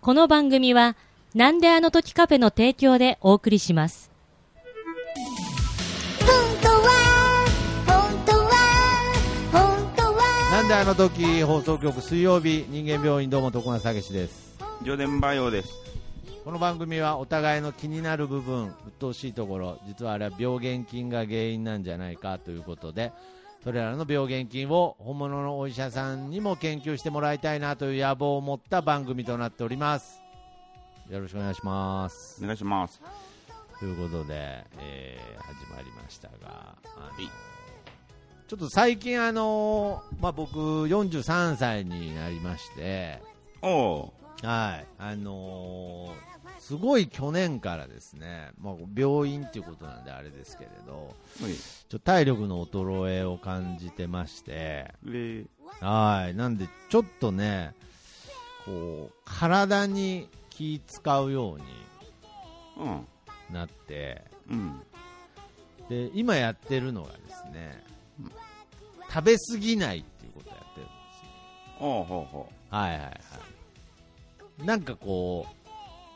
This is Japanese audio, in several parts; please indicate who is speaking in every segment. Speaker 1: この番組は、なんであの時カフェの提供でお送りします。
Speaker 2: 本当は本当は本当は
Speaker 3: なんであの時放送局水曜日人間病院どうも徳永武史です
Speaker 4: ジ電バイオです。
Speaker 3: この番組はお互いの気になる部分鬱陶しいところ実はあれは病原菌が原因なんじゃないかということでそれらの病原菌を本物のお医者さんにも研究してもらいたいなという野望を持った番組となっておりますよろしくお願いします
Speaker 4: お願いします。
Speaker 3: ということで、えー始まりましたが、あのちょっと最近、あのまあ、僕、43歳になりまして、
Speaker 4: おう
Speaker 3: はいあのーすごい去年からですね、まあ、病院っていうことなんであれですけれど、
Speaker 4: は
Speaker 3: ちょ
Speaker 4: い。
Speaker 3: っと体力の衰えを感じてまして、
Speaker 4: えー
Speaker 3: はいなんで、ちょっとねこう、体に気使うように
Speaker 4: うん。
Speaker 3: なって。
Speaker 4: うん。
Speaker 3: で今やってるのがですね、食べ過ぎないっていうことをやってるんですよ
Speaker 4: おうほうほ
Speaker 3: はいはいはいなんかこ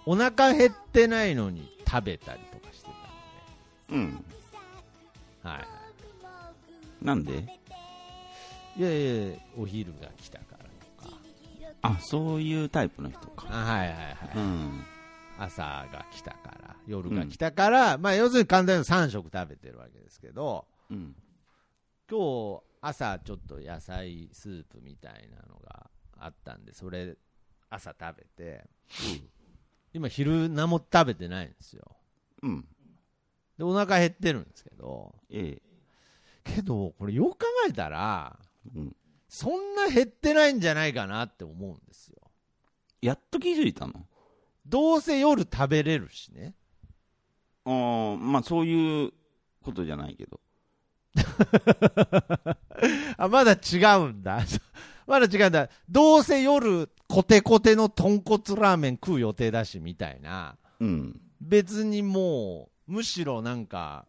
Speaker 3: うお腹減ってないのに食べたりとかしてたん
Speaker 4: う。うん。
Speaker 3: で、はいは
Speaker 4: なんで
Speaker 3: い、いやいやいやお昼が来たからとか
Speaker 4: あ、そういうタイプの人
Speaker 3: あ
Speaker 4: か。
Speaker 3: はいはいはい、
Speaker 4: うん。
Speaker 3: 朝が来たから夜が来たから、まあ要するに簡単に3食食べてるわけですけど
Speaker 4: うん。
Speaker 3: 今日朝ちょっと野菜スープみたいなのがあったんでそれ朝食べて、今昼何も食べてないんですよ
Speaker 4: うん。
Speaker 3: でお腹減ってるんですけど
Speaker 4: え
Speaker 3: けどこれよく考えたら
Speaker 4: えうん。
Speaker 3: そんな減ってないんじゃないかなって思うんですよ
Speaker 4: やっと気づいたの
Speaker 3: どうせ夜食べれるしね
Speaker 4: ああ、まあそういうことじゃないけど。
Speaker 3: あまだ違うんだ まだ違うんだどうせ夜コテコテの豚骨ラーメン食う予定だしみたいな
Speaker 4: うん。
Speaker 3: 別にもうむしろなんか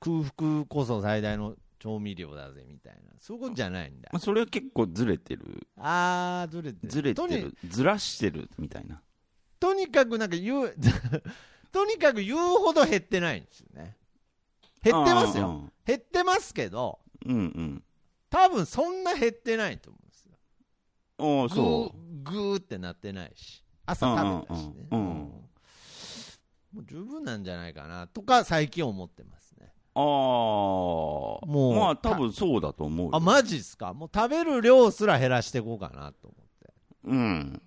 Speaker 3: 空腹こそ最大の調味料だぜみたいなそういうことじゃないんだ
Speaker 4: まあそれは結構ずれてる。
Speaker 3: あーずれてる
Speaker 4: ずれて
Speaker 3: とに
Speaker 4: る。ずらしてるみたいな。
Speaker 3: とにかくなんか言う とにかく言うほど減ってないんですよね減ってますよ
Speaker 4: よ。
Speaker 3: 減ってますけど
Speaker 4: うんうん。
Speaker 3: 多分そんな減ってないと思うんですよ
Speaker 4: おうそう。
Speaker 3: グーグーってなってないし朝食べたしね
Speaker 4: うんうんうんうん
Speaker 3: もう十分なんじゃないかなとか最近思ってますね
Speaker 4: ああ。も
Speaker 3: う
Speaker 4: まあ多分そうだと思うよ。
Speaker 3: あマジっすかもう食べる量すら減らしていこうかなと思って、
Speaker 4: うん。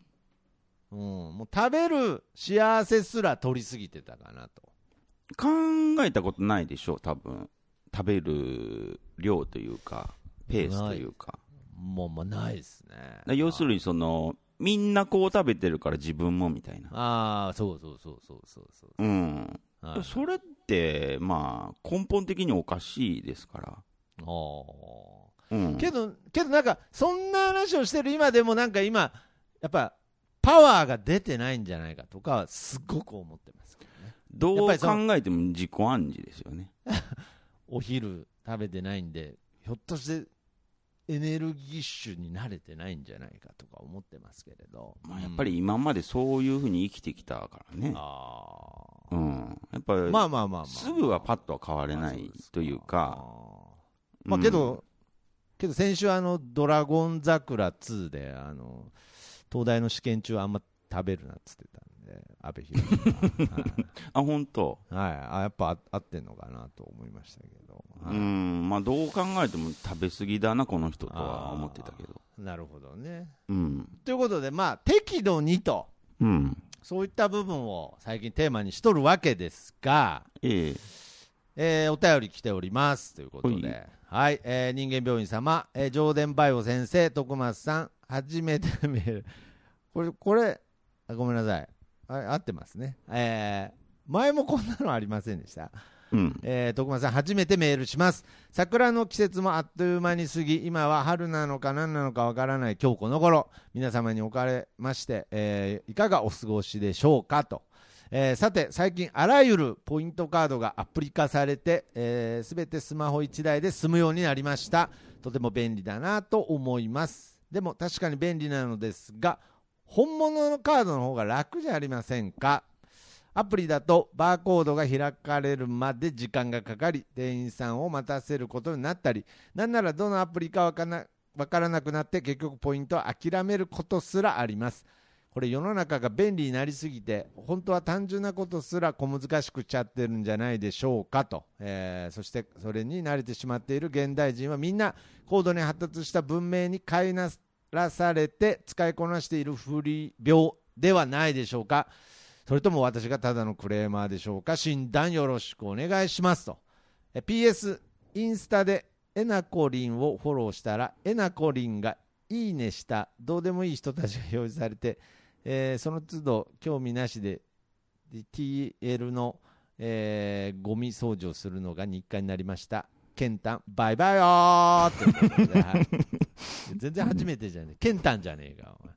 Speaker 3: うん、もう食べる幸せすら取りすぎてたかなと
Speaker 4: 考えたことないでしょ多分食べる量というかペースというか
Speaker 3: もう、まあ、ないですね
Speaker 4: だから要するにそのみんなこう食べてるから自分もみたいな
Speaker 3: ああそうそうそうそうそうそう
Speaker 4: うん
Speaker 3: はい
Speaker 4: それってまあ根本的におかしいですから
Speaker 3: あ
Speaker 4: うん
Speaker 3: ーけどけどなんかそんな話をしてる今でもなんか今やっぱパワーが出てないんじゃないかとかはすごく思ってますけどねや
Speaker 4: ど
Speaker 3: っ
Speaker 4: う
Speaker 3: ぱ
Speaker 4: 考
Speaker 3: りそ
Speaker 4: えても自己暗示ですよね
Speaker 3: お昼食べてないんでひょっとしてエネルギッシュに慣れてないんじゃないかとか思ってますけれど、
Speaker 4: まあやっぱり今までそういうふうに生きてきたから
Speaker 3: うん
Speaker 4: ね
Speaker 3: あ
Speaker 4: うんやっぱり
Speaker 3: ーまあまあまあまあ
Speaker 4: すぐはパッとは変われないというか
Speaker 3: まあ
Speaker 4: うん
Speaker 3: けど、けど先週あの「ドラゴン桜2」であの東大の試験中あんま食べるなっつってたんで阿部寛 が
Speaker 4: あ本当
Speaker 3: はい、はい、あやっぱあ合ってんのかなと思いましたけど、
Speaker 4: う
Speaker 3: はい
Speaker 4: んまあどう考えても食べ過ぎだなこの人とは思ってたけど
Speaker 3: なるほどね
Speaker 4: うん
Speaker 3: ということでまあ適度にと
Speaker 4: うん
Speaker 3: そういった部分を最近テーマにしとるわけですが
Speaker 4: ええ
Speaker 3: えーお便り来ておりますということ
Speaker 4: ほ
Speaker 3: で、はいえー人間病院様、えー、上田バイオ先生、徳松さん、初めてメール、これ、これあごめんなさい、あ合ってますね、えー前もこんなのありませんでした、
Speaker 4: うん
Speaker 3: えー徳間さん初めてメールします桜の季節もあっという間に過ぎ今は春なのか何なのかわからない今日この頃皆様におかれまして、えーいかがお過ごしでしょうかと、えーさて最近あらゆるポイントカードがアプリ化されて、えー、全てスマホ1台で済むようになりましたとても便利だなと思いますでも確かに便利なのですが本物のカードの方が楽じゃありませんかアプリだとバーコードが開かれるまで時間がかかり店員さんを待たせることになったりなんならどのアプリかわかなわからなくなって結局ポイントを諦めることすらありますこれ世の中が便利になりすぎて本当は単純なことすら小難しくちゃってるんじゃないでしょうかと、えーそしてそれに慣れてしまっている現代人はみんな高度に発達した文明に飼いならされて使いこなしている不利病ではないでしょうかそれとも私がただのクレーマーでしょうか診断よろしくお願いしますとえ PS インスタでえなこりんをフォローしたらえなこりんがいいねしたどうでもいい人たちが表示されてえーその都度興味なしでで TL の、えーゴミ掃除をするのが日課になりました。ケンタン、バイバイよーってことではい全然初めてじゃねえ。ケンタンじゃねえか、お前。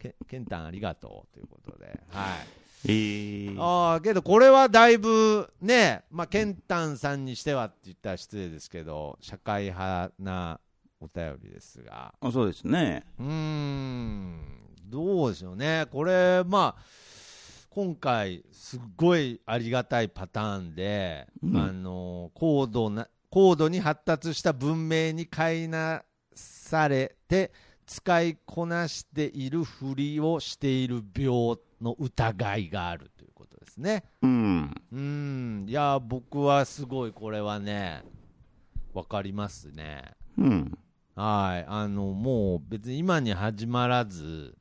Speaker 3: ケケンタンありがとうということで。はい。
Speaker 4: えー、
Speaker 3: ああ、けどこれはだいぶね、まあ、ケンタンさんにしてはって言ったら失礼ですけど、社会派なお便りですが。
Speaker 4: あそうですね。
Speaker 3: うーん、どうでしょうね、これ、まあ、今回、すっごいありがたいパターンで、
Speaker 4: うん
Speaker 3: あの高度な高度に発達した文明に飼いなされて、使いこなしているふりをしている病の疑いがあるということですね。
Speaker 4: うん。
Speaker 3: うーん、いや、僕はすごい、これはね、わかりますね。
Speaker 4: うん。
Speaker 3: はい、あのもう別に今に始まらず、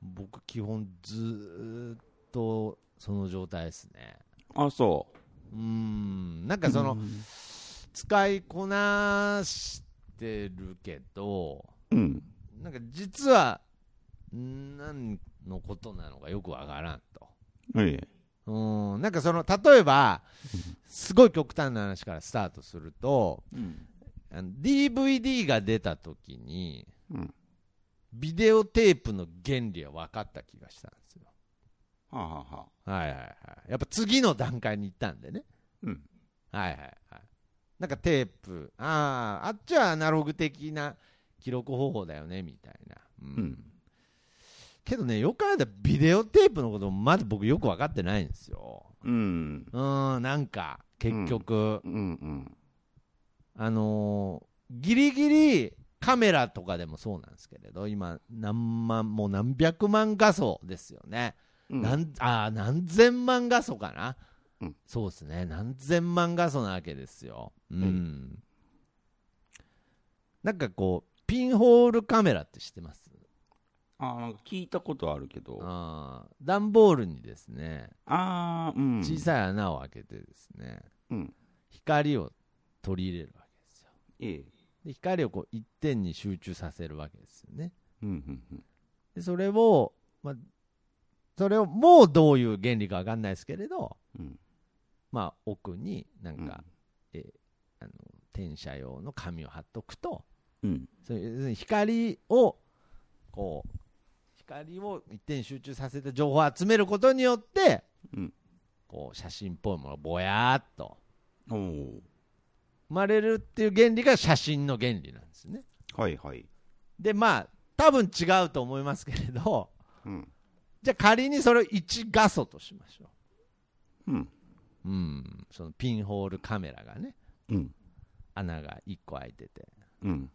Speaker 3: 僕、基本ずーっとその状態ですね。
Speaker 4: あ、そう
Speaker 3: ーん、なんかその、使いこなしてるけど、
Speaker 4: う。うん。
Speaker 3: なんか実は、何のことなのかよくわからんと。
Speaker 4: ええ。
Speaker 3: うーん、なんかその、例えば、すごい極端な話からスタートすると、
Speaker 4: うん。
Speaker 3: あの DVD が出た時に、
Speaker 4: うん
Speaker 3: ビデオテープの原理は分かった気がしたんですよ。
Speaker 4: はあ、はあはあ、
Speaker 3: はいはいはい。やっぱ次の段階に行ったんでね。
Speaker 4: うん。
Speaker 3: はいはいはい。なんかテープ、ああ、あっちはアナログ的な記録方法だよね、みたいな。うん
Speaker 4: うん。
Speaker 3: けどね、よくあるビデオテープのこともまだ僕よく分かってないんですよ。
Speaker 4: うん。
Speaker 3: うーん、なんか、結局。
Speaker 4: うん。うん。
Speaker 3: あのーギリギリカメラとかでもそうなんですけれど今何万もう何百万画素ですよね、
Speaker 4: うん
Speaker 3: なんあー何千万画素かな、
Speaker 4: うん
Speaker 3: そうですね何千万画素なわけですようん、なんかこうピンホールカメラって知ってます
Speaker 4: あなんか聞いたことあるけど。あ
Speaker 3: あー段ボールにですね
Speaker 4: あー、うん。
Speaker 3: 小さい穴を開けてですね、
Speaker 4: うん。
Speaker 3: 光を取り入れるわけですよ
Speaker 4: ええ。
Speaker 3: で光をこう一点に集中させるわけですよね
Speaker 4: うん。うん。うん
Speaker 3: でそれを、まあ、それをもうどういう原理か分かんないですけれど、
Speaker 4: うん。
Speaker 3: まあ、奥になん
Speaker 4: うん
Speaker 3: か、えーあの転写用の紙を貼っとくと
Speaker 4: うん。
Speaker 3: それ要するに光をこう光を一点に集中させた情報を集めることによって、
Speaker 4: うん
Speaker 3: こう写真っぽいものがぼやーっと
Speaker 4: おお。
Speaker 3: 生まれるっていう原理が写真の原理なんですね。
Speaker 4: はいはい。
Speaker 3: でまあ多分違うと思いますけれど
Speaker 4: うん。
Speaker 3: じゃあ仮にそれを1画素としましょう。
Speaker 4: うん。
Speaker 3: うん、そのピンホールカメラがね、
Speaker 4: うん。
Speaker 3: 穴が1個開いてて、
Speaker 4: うん。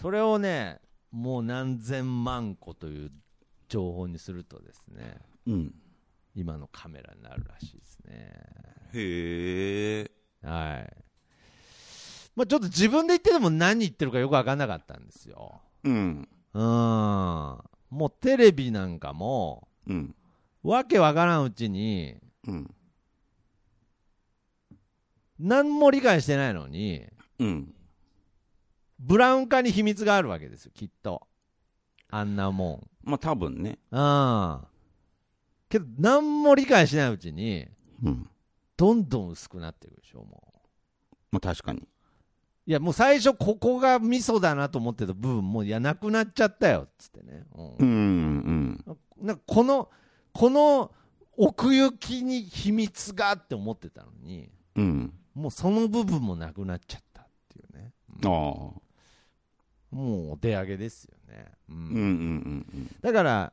Speaker 3: それをね、もう何千万個という情報にするとですね、
Speaker 4: うん。
Speaker 3: 今のカメラになるらしいですね。
Speaker 4: へえ。
Speaker 3: はい。まあ、ちょっと自分で言ってても何言ってるかよく分かんなかったんですよ。
Speaker 4: うん。
Speaker 3: うん。もうテレビなんかも、
Speaker 4: うん。
Speaker 3: わけわからんうちに、
Speaker 4: うん。
Speaker 3: 何も理解してないのに、
Speaker 4: うん。
Speaker 3: ブラウン化に秘密があるわけですよ、きっと。あんなもん。
Speaker 4: まあ多分ね。
Speaker 3: うん。けど、何も理解しないうちに、
Speaker 4: うん。
Speaker 3: どんどん薄くなっていくでしょ、もう。
Speaker 4: まあ確かに。
Speaker 3: いや、もう最初、ここが味噌だなと思ってた部分、もういや、なくなっちゃったよ、っつってね。う。
Speaker 4: うんん。うん。
Speaker 3: なんか、この、この奥行きに秘密がって思ってたのに、
Speaker 4: うん。
Speaker 3: もうその部分もなくなっちゃったっていうね。
Speaker 4: ああ。
Speaker 3: もうお手上げですよね、う
Speaker 4: うんうん
Speaker 3: ん、
Speaker 4: うん
Speaker 3: だから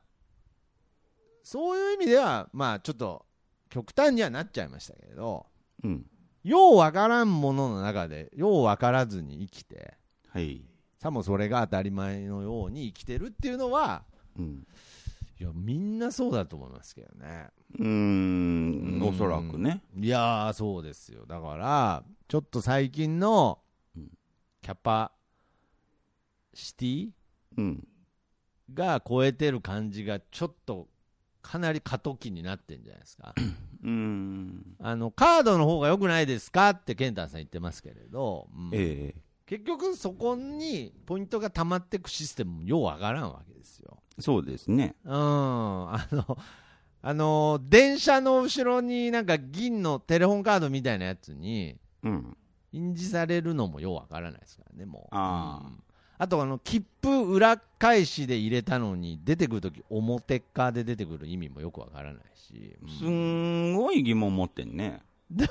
Speaker 3: そういう意味ではまあちょっと極端にはなっちゃいましたけれど
Speaker 4: うんうん
Speaker 3: ようわからんものの中でようわからずに生きて
Speaker 4: はい
Speaker 3: さもそれが当たり前のように生きてるっていうのは
Speaker 4: うん
Speaker 3: いやみんなそうだと思いますけどね
Speaker 4: うーんおそらくね
Speaker 3: いやーそうですよだからちょっと最近の
Speaker 4: うん
Speaker 3: キャパシティ
Speaker 4: うん
Speaker 3: が超えてる感じがちょっとかなり過渡期になってんじゃないですか
Speaker 4: うーん
Speaker 3: あのカードの方が良くないですかって健太さん言ってますけれど、うん
Speaker 4: ええ
Speaker 3: 結局そこにポイントが溜まってくシステムもようわからんわけですよ
Speaker 4: そうですね
Speaker 3: うんあのあの電車の後ろになんか銀のテレホンカードみたいなやつに
Speaker 4: うん
Speaker 3: 印字されるのもようわからないですからね、もう。
Speaker 4: あー
Speaker 3: うんあとあの、切符裏返しで入れたのに、出てくるとき、表っ側で出てくる意味もよくわからないし、うん
Speaker 4: すんごい疑問持ってんね
Speaker 3: い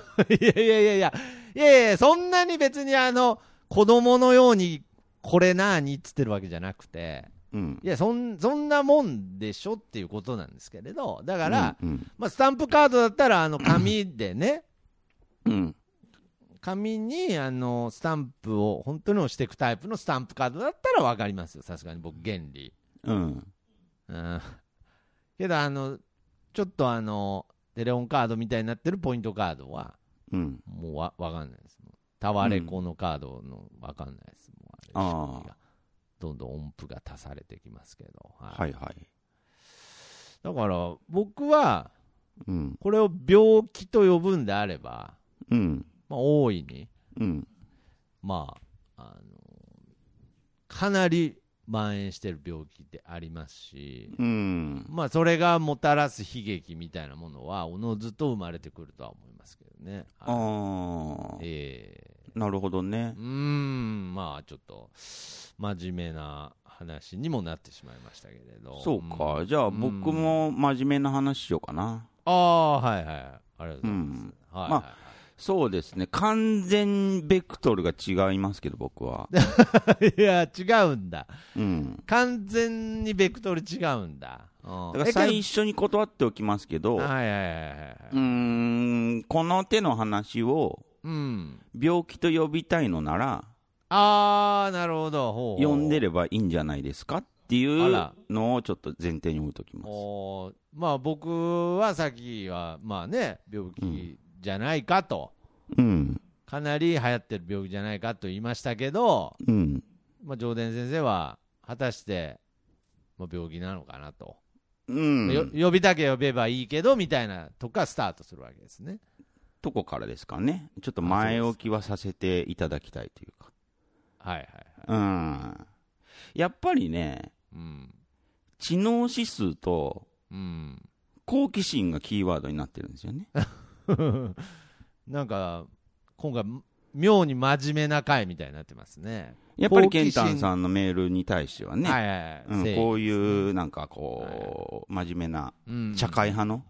Speaker 3: やいやいやいや、いやいやいやそんなに別にあの子供のように、これなーにっつってるわけじゃなくて、
Speaker 4: うん
Speaker 3: いやそん、そんなもんでしょっていうことなんですけれど、だから、
Speaker 4: うんうん
Speaker 3: まあ、スタンプカードだったら、あの紙でね、
Speaker 4: うん
Speaker 3: 紙にあのスタンプを本当に押していくタイプのスタンプカードだったら分かりますよ、さすがに僕、原理。
Speaker 4: うん
Speaker 3: うん、けどあの、ちょっとあのテレホンカードみたいになってるポイントカードは、
Speaker 4: うん
Speaker 3: もうわ分かんないです。タワレコのカードの分かんないです。もうあれ
Speaker 4: あー
Speaker 3: 仕組みがどんどん音符が足されてきますけど、はい
Speaker 4: はいはい
Speaker 3: だから僕は
Speaker 4: うん
Speaker 3: これを病気と呼ぶんであれば、
Speaker 4: うん
Speaker 3: まあ、大いに。
Speaker 4: うん
Speaker 3: まあ、あのかなり蔓延してる病気でありますし、
Speaker 4: うん
Speaker 3: まあ、それがもたらす悲劇みたいなものはおのずと生まれてくるとは思いますけどね。
Speaker 4: あ
Speaker 3: はい
Speaker 4: あ
Speaker 3: ええ
Speaker 4: なるほどね
Speaker 3: うーんまあちょっと真面目な話にもなってしまいましたけれど
Speaker 4: そうか、
Speaker 3: ん
Speaker 4: じゃあ僕も真面目な話しようかな
Speaker 3: ああはいはいありがとうございます、
Speaker 4: うん
Speaker 3: はい、
Speaker 4: まそうですね完全ベクトルが違いますけど僕 は
Speaker 3: いや違うんだ
Speaker 4: うん
Speaker 3: 完全にベクトル違うんだだ
Speaker 4: だから最初に断っておきますけど
Speaker 3: はいはい
Speaker 4: う
Speaker 3: はいはいはい、
Speaker 4: ーんこの手の話を
Speaker 3: うん。
Speaker 4: 病気と呼びたいのなら
Speaker 3: あー、なるほど。ほう
Speaker 4: 呼んでればいいんじゃないですかってい
Speaker 3: あ
Speaker 4: う
Speaker 3: ら
Speaker 4: のをちょっと前提に置いときます
Speaker 3: おーまあ僕はさっきは、まあね、病気じゃないかと、
Speaker 4: うん
Speaker 3: かなり流行ってる病気じゃないかと言いましたけど、
Speaker 4: うん
Speaker 3: まあ、上田先生は、果たして、まあ、病気なのかなと、
Speaker 4: うん
Speaker 3: よ呼びたければ呼べばいいけどみたいなとこからスタートするわけですね。
Speaker 4: とこからですかねちょっと前置きはさせていただきたいというか
Speaker 3: はいはいはい。
Speaker 4: うんやっぱりね
Speaker 3: うん。
Speaker 4: 知能指数と
Speaker 3: うん。
Speaker 4: 好奇心がキーワードになってるんですよね。
Speaker 3: なん か、今回、妙に真面目な回みたいになってますね。
Speaker 4: やっぱり
Speaker 3: 好奇
Speaker 4: ケン
Speaker 3: 心
Speaker 4: タンさんのメールに対してはね、
Speaker 3: はいはい、
Speaker 4: う
Speaker 3: は
Speaker 4: ん
Speaker 3: い。
Speaker 4: こういうなんかこう、真面目な
Speaker 3: うん
Speaker 4: 社会派の、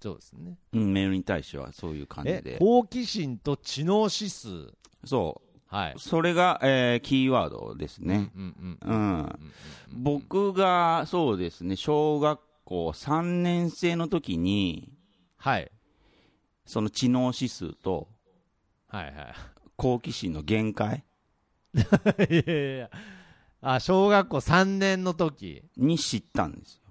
Speaker 3: そうですね。
Speaker 4: うんメールに対してはそういう感じ
Speaker 3: え
Speaker 4: で、
Speaker 3: 好奇心と知能指数。
Speaker 4: そ、。
Speaker 3: はいう
Speaker 4: それが、えーキーワードですね。
Speaker 3: うんうん。
Speaker 4: うん、僕がそうですね、小学校3年生の時に、
Speaker 3: はい。
Speaker 4: その知能指数と
Speaker 3: はいは
Speaker 4: 好奇心の限界
Speaker 3: い。 いやいやいや。あ、小学校3年の時、
Speaker 4: に知ったんですよ。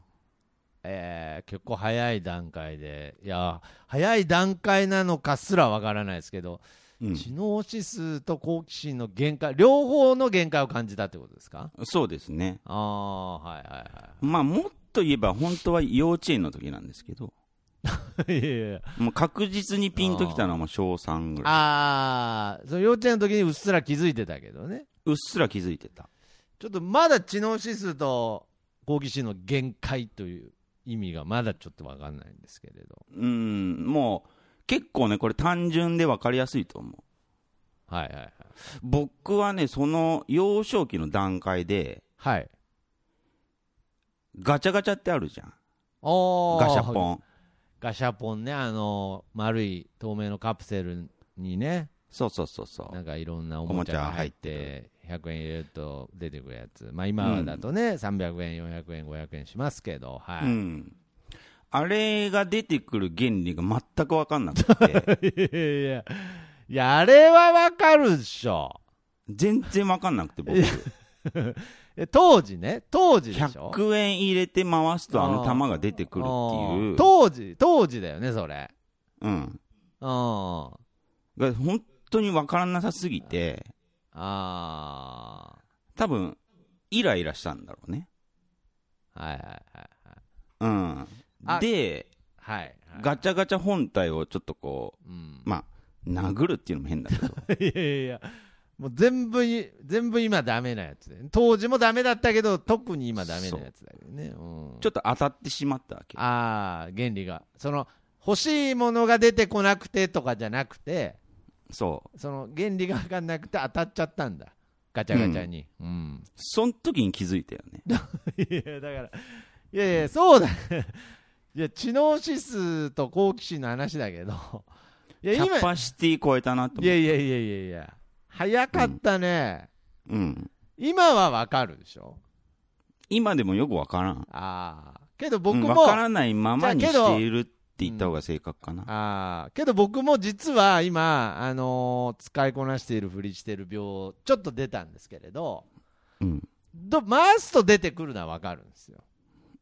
Speaker 3: えー、結構早い段階で、いや、早い段階なのかすらわからないですけど、
Speaker 4: うん
Speaker 3: 知能指数と好奇心の限界、両方の限界を感じたってことですか
Speaker 4: そうですね。
Speaker 3: ああ、はいは
Speaker 4: まあ、もっと言えば、本当は幼稚園の時なんですけど、
Speaker 3: い はい。いやいやいや
Speaker 4: もう確実にピンときたのはもう小3ぐらい。
Speaker 3: ああ、その幼稚園の時にうっすら気づいてたけどね。
Speaker 4: うっすら気づいてた。
Speaker 3: ちょっとまだ知能指数と好奇心の限界という意味がまだちょっと分かんないんですけれど。
Speaker 4: うん、もう、結構ね、これ単純で分かりやすいと思う。
Speaker 3: はいはいはい。
Speaker 4: 僕はね、その幼少期の段階で、
Speaker 3: はい。
Speaker 4: ガチャガチャってあるじゃん。
Speaker 3: お
Speaker 4: ガシャポ
Speaker 3: ン。
Speaker 4: ン。
Speaker 3: ガシャポンね、あの、丸い透明のカプセルにね、
Speaker 4: そうそうそうそ
Speaker 3: な
Speaker 4: う。
Speaker 3: んかいろんなおもちゃが入って、 100円入れると出てくるやつ、まあ、今はだとね、300円、400円、500円しますけど、はい
Speaker 4: うん。あれが出てくる原理が全く分かんなく
Speaker 3: いや い
Speaker 4: て、
Speaker 3: やいや、あれはわかるでしょ。
Speaker 4: 全然分かんなくて、僕、
Speaker 3: え当時ね、当時でしょ。
Speaker 4: 100円入れて回すと、あの玉が出てくるってい
Speaker 3: ん
Speaker 4: う、
Speaker 3: 当時、当時だよね、それ。
Speaker 4: うん、
Speaker 3: うん。あ
Speaker 4: が本当に分からなさすぎて、
Speaker 3: あ
Speaker 4: 多分イライラしたんだろうね。
Speaker 3: ー。はいはいはい。
Speaker 4: うん
Speaker 3: あ、
Speaker 4: で、
Speaker 3: はい、はい。
Speaker 4: ガチャガチャ本体をちょっとこ
Speaker 3: うん
Speaker 4: う、まあ、殴るっていうのも変だけ ど、
Speaker 3: いやいやいや、もう全部い、全部今ダメなやつで。当時もダメだったけど、特に今ダメなやつだけどね。うん、
Speaker 4: ちょっと当たってしまったわけ。
Speaker 3: ああ、原理が。その、欲しいものが出てこなくてとかじゃなくて、
Speaker 4: そう。
Speaker 3: その原理が分かんなくて当たっちゃったんだ。ガチャガチャに。うん。
Speaker 4: その時に気づいたよね。
Speaker 3: いや、だから、いやいや、そうだ。 いや、知能指数と好奇心の話だけど。い
Speaker 4: キ
Speaker 3: や、
Speaker 4: ャ
Speaker 3: 今、
Speaker 4: パシティ超えたなと
Speaker 3: い
Speaker 4: 思っ
Speaker 3: や
Speaker 4: て。
Speaker 3: いやいやいやいや、早かったね。
Speaker 4: うん。
Speaker 3: 今は分かるでしょ
Speaker 4: 今でもよくわからん。
Speaker 3: ああ。けど僕も、
Speaker 4: うんわからないままに
Speaker 3: じゃあけど
Speaker 4: しているって言った方が正確かな。
Speaker 3: ああ、けど僕も実は今、あのー使いこなしているふりしている病、ちょっと出たんですけれど、
Speaker 4: うん。
Speaker 3: ど回すと出てくるのはわかるんですよ。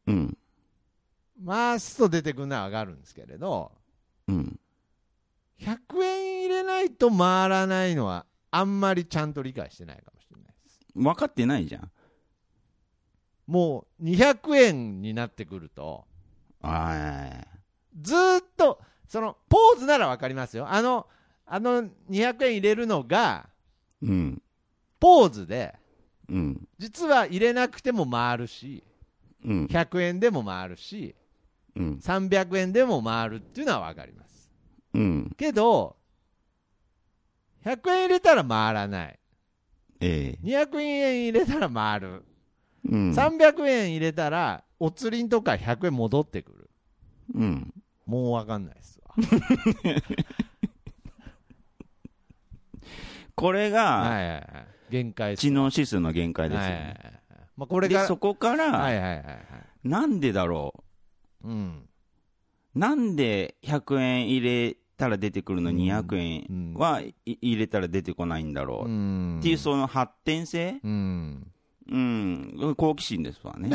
Speaker 4: うん。
Speaker 3: 回すと出てくるのはわかるんですけれど、
Speaker 4: うん。
Speaker 3: 100円入れないと回らないのは、あんまりちゃんと理解してないかもしれないです。
Speaker 4: 分かってないじゃん。
Speaker 3: もう200円になってくると、
Speaker 4: あい。
Speaker 3: ずーっと、その、ポーズならわかりますよ。あの、あの200円入れるのが、
Speaker 4: うん。
Speaker 3: ポーズで、
Speaker 4: うん。
Speaker 3: 実は入れなくても回るし、
Speaker 4: うん。
Speaker 3: 100円でも回るし、
Speaker 4: うん。
Speaker 3: 300円でも回るっていうのは分かります。
Speaker 4: うん。
Speaker 3: けど、100円入れたら回らない。
Speaker 4: え
Speaker 3: 200円入れたら回る。
Speaker 4: え。うん。
Speaker 3: 300円入れたら、お釣りんとか100円戻ってくる。
Speaker 4: うん。
Speaker 3: もう分かんないですわ。
Speaker 4: これが、
Speaker 3: はいはいはい。限界
Speaker 4: 知能指数の限界ですよ
Speaker 3: はいはいは
Speaker 4: ね。
Speaker 3: いまあ、これ
Speaker 4: で
Speaker 3: が、
Speaker 4: そこから、
Speaker 3: はいはいはいはい。
Speaker 4: なんでだろ
Speaker 3: うん。
Speaker 4: う、なんで100円入れたら出てくるの、
Speaker 3: うん
Speaker 4: 200円はい入れたら出てこないんだろう、
Speaker 3: ん
Speaker 4: っていう、その発展性、
Speaker 3: うん。
Speaker 4: うん、好奇心ですわ ね。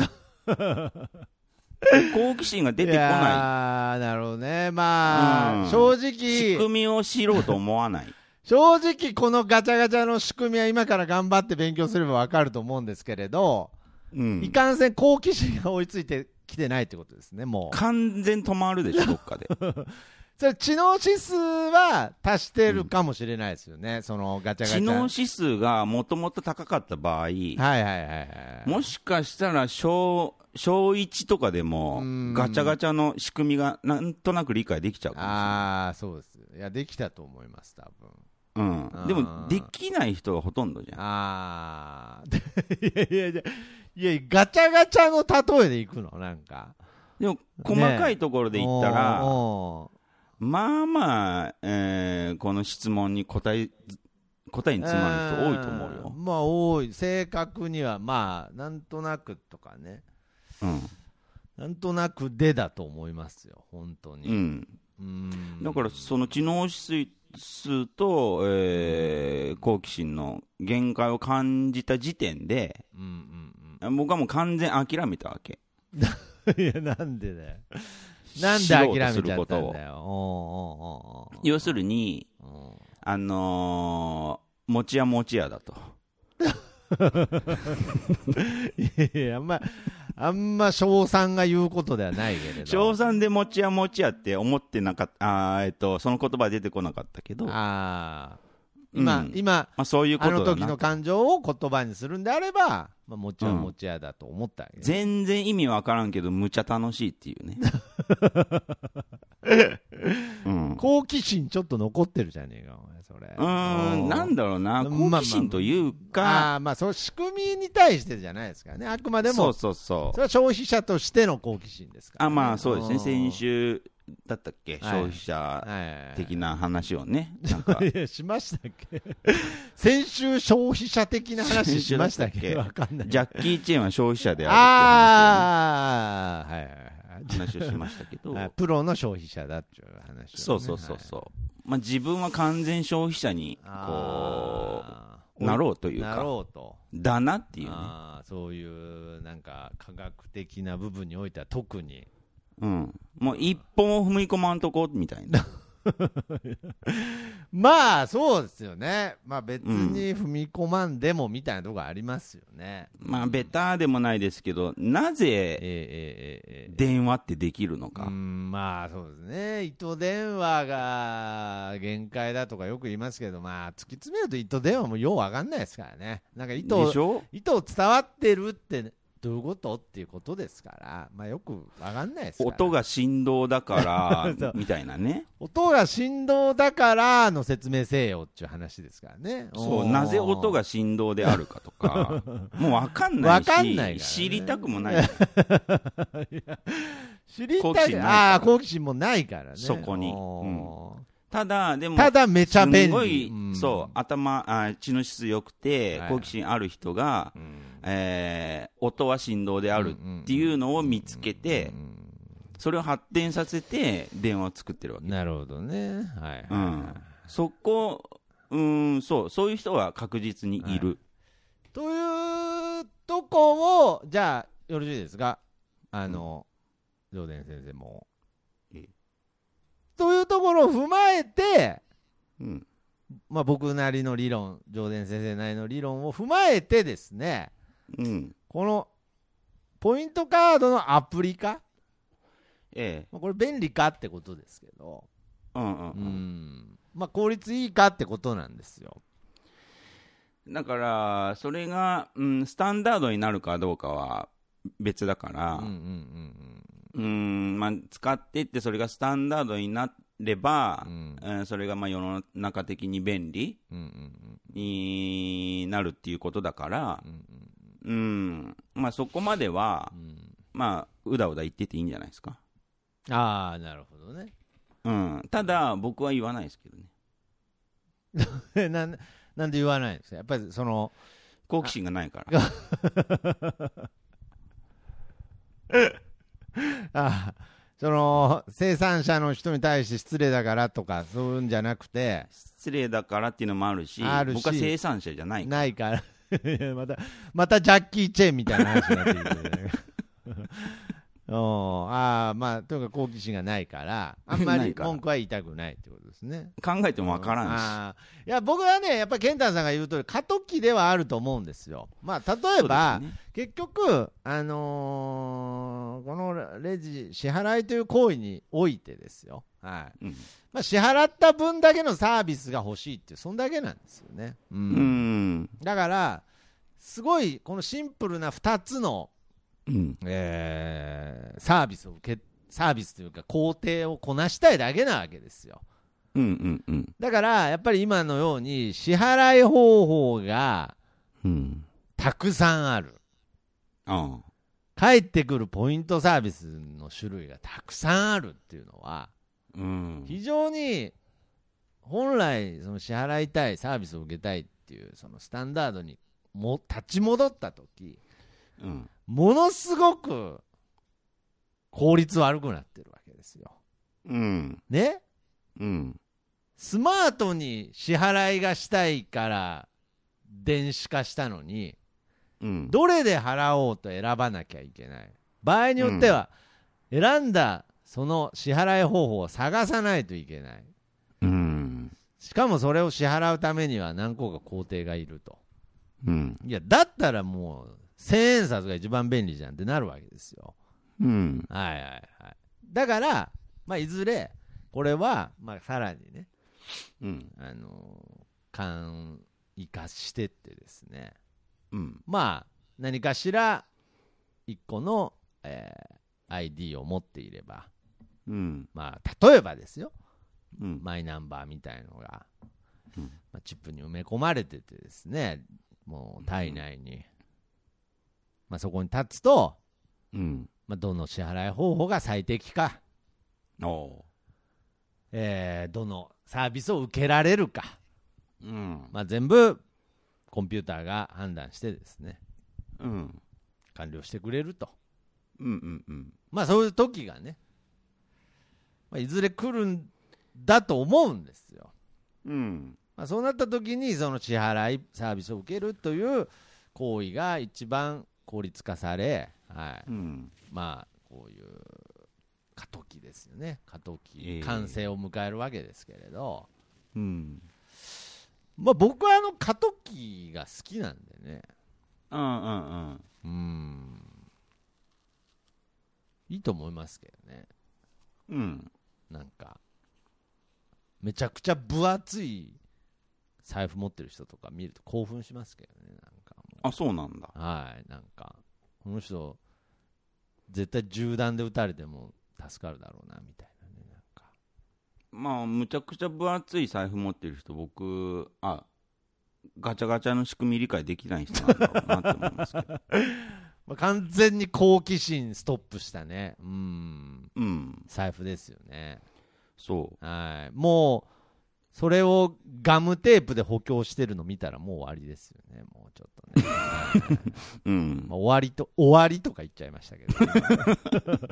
Speaker 4: 好奇心が出てこない
Speaker 3: ああ、なるほどね。まあ、
Speaker 4: うん
Speaker 3: 正、
Speaker 4: 仕
Speaker 3: 直、
Speaker 4: 組みを知ろうと思わない。
Speaker 3: 正直このガチャガチャの仕組みは今から頑張って勉強すればわかると思うんですけれど、
Speaker 4: うん
Speaker 3: いかんせん好奇心が追いついてきてないってことですね、もう。
Speaker 4: 完全止まるでしょ、どっかで。
Speaker 3: それ知能指数は足してるかもしれないですよね、そのガチャガチャ。
Speaker 4: 知能指数がもともと高かった場合、
Speaker 3: はいはいはいはい。
Speaker 4: もしかしたら小、小1とかでも
Speaker 3: う、ん
Speaker 4: ガチャガチャの仕組みがなんとなく理解できちゃうかもしれない。
Speaker 3: ああ、そうです。いや、できたと思います、多分。
Speaker 4: うん
Speaker 3: うん、
Speaker 4: でもできない人がほとんどじゃん
Speaker 3: ああ。い やいやいや、いや、ガチャガチャの例えでいくのなんか。
Speaker 4: でも細かいところで言ったら、
Speaker 3: おーお
Speaker 4: まあまあ、えーこの質問に答え答え
Speaker 3: ー
Speaker 4: に詰まる人多いと思うよ
Speaker 3: ん、まあ、多い。正確には、まあ、なんとなくとかね。
Speaker 4: うん
Speaker 3: なんとなくでだと思いますよ、本当
Speaker 4: う
Speaker 3: に。
Speaker 4: ん、
Speaker 3: うん
Speaker 4: だからその知能指数と、えー好奇心の限界を感じた時点で
Speaker 3: うんうん
Speaker 4: 僕はもう完全諦めたわけ
Speaker 3: うん。いや、なんでだよ。なんで諦めちゃっ
Speaker 4: 知ろうとするこ
Speaker 3: た
Speaker 4: と
Speaker 3: ん
Speaker 4: を
Speaker 3: だよ。おーおーおーおー
Speaker 4: 要するにあのー、持ち屋持ち屋だと
Speaker 3: うんいや、あんま、あんま、賞賛が言うことではないけれど。
Speaker 4: 賞賛で持ちや持ちやって思ってなかった、あーえっと、その言葉は出てこなかったけど、
Speaker 3: あ
Speaker 4: ま
Speaker 3: あ。今、
Speaker 4: うん
Speaker 3: 今、
Speaker 4: あ、そういうこ
Speaker 3: あの
Speaker 4: とだ
Speaker 3: 時
Speaker 4: な
Speaker 3: の。感情を言葉にするんであれば、まあ、もちろんもちやだと思ったわけね、
Speaker 4: 全然意味わからんけど、むちゃ楽しいっていうね。 うん、う
Speaker 3: 好奇心ちょっと残ってるじゃねえか、お前、それ。
Speaker 4: ーん、なん
Speaker 3: だ
Speaker 4: だろうな、
Speaker 3: まあまあ
Speaker 4: 好奇心というか、
Speaker 3: あーまあ、その仕組みに対してじゃないですからね。あくまで
Speaker 4: そ
Speaker 3: も、
Speaker 4: う
Speaker 3: そ
Speaker 4: そうそう
Speaker 3: れ。は消費者としての好奇心ですから、
Speaker 4: あまあそうですね、先。週、だったっけ、
Speaker 3: はい
Speaker 4: 消費者
Speaker 3: はい
Speaker 4: 的な話をね、なん か
Speaker 3: いやしましたっけ 先週消費者的な話しましたっけ
Speaker 4: 先週だ
Speaker 3: わ
Speaker 4: っ
Speaker 3: かんない
Speaker 4: ジャッキー・チェーンは消費者であ
Speaker 3: ああはいはいはい
Speaker 4: るっていう話を,、話をしましたけ ど、
Speaker 3: あプロの消費者だっていう話をね、
Speaker 4: そうそうそうそう、まあ、自分は完全消費者にこうなろうと
Speaker 3: う
Speaker 4: いう
Speaker 3: な
Speaker 4: か、
Speaker 3: ろうと
Speaker 4: だなっていうね、
Speaker 3: あーそういうなんか科学的な部分においては特に
Speaker 4: うん、もう一歩も踏み込まんとこみた いな、
Speaker 3: まあそうですよねまあ別に踏み込まんでもみたいなとこありますよね、
Speaker 4: まあ、ベターでもないですけど、な
Speaker 3: え
Speaker 4: ぜ
Speaker 3: えええええ
Speaker 4: 電話ってできるの
Speaker 3: う
Speaker 4: か、
Speaker 3: んまあそうですね糸電話が限界だとかよく言いますけどまあ突き詰めると糸電話もようわかんないですからねなんか糸
Speaker 4: で
Speaker 3: を
Speaker 4: しょ
Speaker 3: 糸を伝わってるってどういうことっていうことですからまあよくわかんないですから
Speaker 4: 音が振動だか
Speaker 3: そ
Speaker 4: ら
Speaker 3: う
Speaker 4: みたいなね、
Speaker 3: 音が振動だからの説明せよっていう話ですからね
Speaker 4: そ
Speaker 3: お
Speaker 4: う
Speaker 3: ー
Speaker 4: なぜ音が振動であるかと か、もう分かんない
Speaker 3: わ
Speaker 4: し、
Speaker 3: かんないからね
Speaker 4: 知りたくもない、
Speaker 3: 知り
Speaker 4: 好
Speaker 3: た
Speaker 4: 奇
Speaker 3: い
Speaker 4: 心ないから
Speaker 3: ああー好奇心もないからね
Speaker 4: そこに
Speaker 3: おー
Speaker 4: ただ、でも、
Speaker 3: ただめちゃ便利
Speaker 4: すごい、
Speaker 3: うん
Speaker 4: そう、頭あ、知の質良くて、
Speaker 3: はい
Speaker 4: 好奇心ある人が、えー音は振動であるっていうのを見つけて、それを発展させて、電話を作ってるわけ。
Speaker 3: なるほどねはいはい、
Speaker 4: う
Speaker 3: はい
Speaker 4: ん、そこ、うん、そう、そういう人は確実にいる。
Speaker 3: というとこをじゃあよろしいですかあの、上田先生も
Speaker 4: ええ
Speaker 3: というところを踏まえて、
Speaker 4: うん
Speaker 3: まあ、僕なりの理論上田先生なりの理論を踏まえてですね
Speaker 4: うん
Speaker 3: このポイントカードのアプリ化
Speaker 4: ええ
Speaker 3: まあこれ便利かってことですけど
Speaker 4: うんうん
Speaker 3: う
Speaker 4: うん
Speaker 3: んまあ効率いいかってことなんですよ
Speaker 4: だから、それが、うん、スタンダードになるかどうかは別だから、
Speaker 3: うんうんうん
Speaker 4: うーん、まあ、使ってって、それがスタンダードになれば、
Speaker 3: う
Speaker 4: うんんそれがまあ世の中的に便利
Speaker 3: うんうんうん
Speaker 4: になるっていうことだから
Speaker 3: う、ん
Speaker 4: うん、まあ、そこまでは
Speaker 3: う、ん
Speaker 4: まあ、うだうだ言ってていいんじゃないですか。
Speaker 3: うんああなるほどね
Speaker 4: うん、ただ、僕は言わないですけどね。
Speaker 3: えなんなんで言わないんですかやっぱりその
Speaker 4: 好奇心がないから。
Speaker 3: あその生産者の人に対して失礼だからとかそういうんじゃなくて
Speaker 4: 失礼だからっていうのもあるし、
Speaker 3: あるし
Speaker 4: 僕は生産者じゃないから。
Speaker 3: ないから いやまたまたジャッキー・チェーンみたいな話になってくる ねおーあーまあとにかく好奇心がないからあんま
Speaker 4: な
Speaker 3: り
Speaker 4: いから
Speaker 3: 文句は言いたくないってことですね
Speaker 4: 考えてもわからんし。
Speaker 3: あーいや僕はねやっぱり健太さんが言う通り過渡期ではあると思うんですよまあ例えば、
Speaker 4: そうですね
Speaker 3: 結局、あのーこのレジ支払いという行為においてですよ、はい
Speaker 4: うん
Speaker 3: まあ、支払った分だけのサービスが欲しいっていうそんだけなんですよね、うん
Speaker 4: うん。
Speaker 3: だからすごいこのシンプルな2つの、
Speaker 4: うん。
Speaker 3: えーサービスを受けサービスというか工程をこなしたいだけなわけですよ
Speaker 4: うん。うん。うん。
Speaker 3: だからやっぱり今のように支払い方法が
Speaker 4: うん。
Speaker 3: たくさんある
Speaker 4: ああ。
Speaker 3: 返ってくるポイントサービスの種類がたくさんあるっていうのは
Speaker 4: うん。
Speaker 3: 非常に本来その支払いたいサービスを受けたいっていうそのスタンダードにも立ち戻った時
Speaker 4: うん。
Speaker 3: ものすごく効率悪くなってるわけですよ。
Speaker 4: うん。
Speaker 3: ね
Speaker 4: うん。
Speaker 3: スマートに支払いがしたいから電子化したのに
Speaker 4: うん。
Speaker 3: どれで払おうと選ばなきゃいけない場合によっては、選んだその支払い方法を探さないといけない
Speaker 4: うん。
Speaker 3: しかもそれを支払うためには何個か工程がいると
Speaker 4: うん。
Speaker 3: いやだったらもう千円札が一番便利じゃんってなるわけですよ
Speaker 4: うん。
Speaker 3: はいはいはいだから、まあ、いずれこれは、まあ、さらにね、
Speaker 4: うん。
Speaker 3: あのー簡易化してってですね、
Speaker 4: うん。
Speaker 3: まあ、何かしら、一個の、えー ID を持っていれば、
Speaker 4: うん。
Speaker 3: まあ、例えばですよ、
Speaker 4: うん。
Speaker 3: マイナンバーみたいのが、
Speaker 4: うん
Speaker 3: まあ、チップに埋め込まれててですね、もう体内に、まあ、そこに立つと、
Speaker 4: うん。
Speaker 3: まあ、どの支払い方法が最適か、
Speaker 4: お
Speaker 3: えーどのサービスを受けられるか、
Speaker 4: ううん
Speaker 3: まあ、全部コンピューターが判断してですね
Speaker 4: うん
Speaker 3: 完了してくれると
Speaker 4: うんうんうん
Speaker 3: まあそういう時がね、まあ、いずれ来るんだと思うんですよ、
Speaker 4: うん
Speaker 3: まあ、そうなった時にその支払いサービスを受けるという行為が一番効率化され、はい、
Speaker 4: うん
Speaker 3: まあこういう過渡期ですよね過渡
Speaker 4: え
Speaker 3: 期
Speaker 4: え
Speaker 3: 完成を迎えるわけですけれど、
Speaker 4: うん
Speaker 3: まあ僕はあの過渡期が好きなんでね
Speaker 4: うんうんうん
Speaker 3: うんいいと思いますけどね
Speaker 4: うん
Speaker 3: なんかめちゃくちゃ分厚い財布持ってる人とか見ると興奮しますけどねなんかも
Speaker 4: あそうなんだ
Speaker 3: うはいなんかこの人絶対銃弾で撃たれても助かるだろうなみたいなねなんか
Speaker 4: まあむちゃくちゃ分厚い財布持ってる人僕あガチャガチャの仕組み理解できない人なんだろうなって思いますけど
Speaker 3: まあ、完全に好奇心ストップしたね、うん、
Speaker 4: うん
Speaker 3: 財布ですよね。
Speaker 4: そう
Speaker 3: はい、もう、それをガムテープで補強してるの見たらもう終わりですよね、もうちょっ とね。
Speaker 4: うん
Speaker 3: まあ、終わりと、終わりとか言っちゃいましたけど、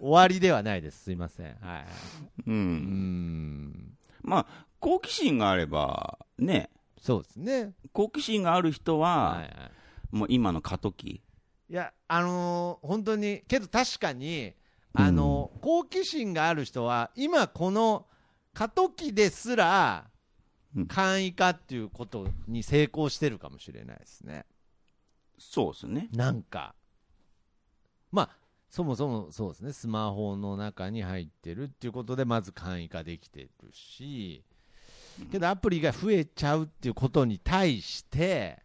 Speaker 3: 終わりではないです、すいません。はい、
Speaker 4: う
Speaker 3: うんん、
Speaker 4: まあ好奇心があればね
Speaker 3: そうですね。
Speaker 4: 好奇心がある人
Speaker 3: は
Speaker 4: は、
Speaker 3: いはい
Speaker 4: もう今の過渡期
Speaker 3: いや、あのー本当に、けど確かに、あのー好奇心がある人は、今この過渡期ですら
Speaker 4: うん、
Speaker 3: 簡易化っていうことに成功してるかもしれないですね。
Speaker 4: そうですね
Speaker 3: なんか、まあ、そもそもそうですね、スマホの中に入ってるっていうことで、まず簡易化できてるし、けどアプリが増えちゃうっていうことに対して、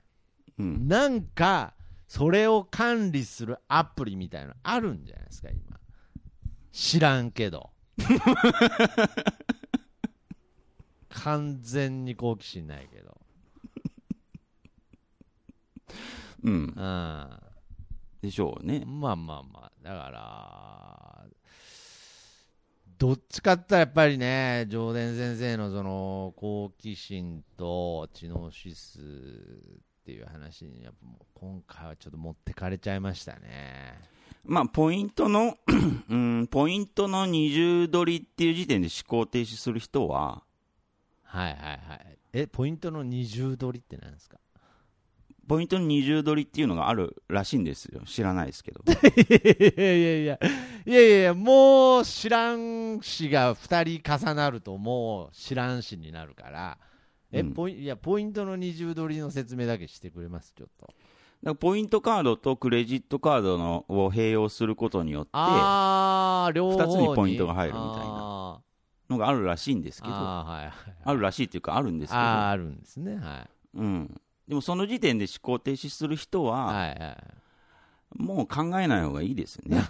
Speaker 4: うん
Speaker 3: なんか、それを管理するアプリみたいなのあるんじゃないですか、今。知らんけど。完全に好奇心ないけど。
Speaker 4: うん
Speaker 3: うん。ま
Speaker 4: でしょ
Speaker 3: あ
Speaker 4: うね
Speaker 3: まあまあ。だから、どっちかって言ったらやっぱりね、上田先生のその好奇心と知能指数っていう話に、やっぱもう今回はちょっと持ってかれちゃいましたね。
Speaker 4: まあポイントの うんポイントの二重取りっていう時点で思考停止する人は
Speaker 3: はいはいはい。え、ポイントの二重取りって何ですか
Speaker 4: ポイントの二重取りっていうのがあるらしいんですよ知らないです けど
Speaker 3: いやいやいや、いやいやいや、もう知らんしが2人重なると、もう知らんしになるから、え、
Speaker 4: うん
Speaker 3: ポインいやポイントの二重取りの説明だけしてくれます、ちょっと。
Speaker 4: だからポイントカードとクレジットカードのを併用することによっての
Speaker 3: あー、両方
Speaker 4: 二つにポイントが入るみたいな
Speaker 3: あ
Speaker 4: があるらしいんです
Speaker 3: ー
Speaker 4: けどあ
Speaker 3: あー、はいはい。
Speaker 4: るらしいっていうかあるんですけ
Speaker 3: あーあるんですね、はい。
Speaker 4: ど、うん、でもその時点で思考停止する人は、
Speaker 3: はいはい、
Speaker 4: もう考えない方がいいです ね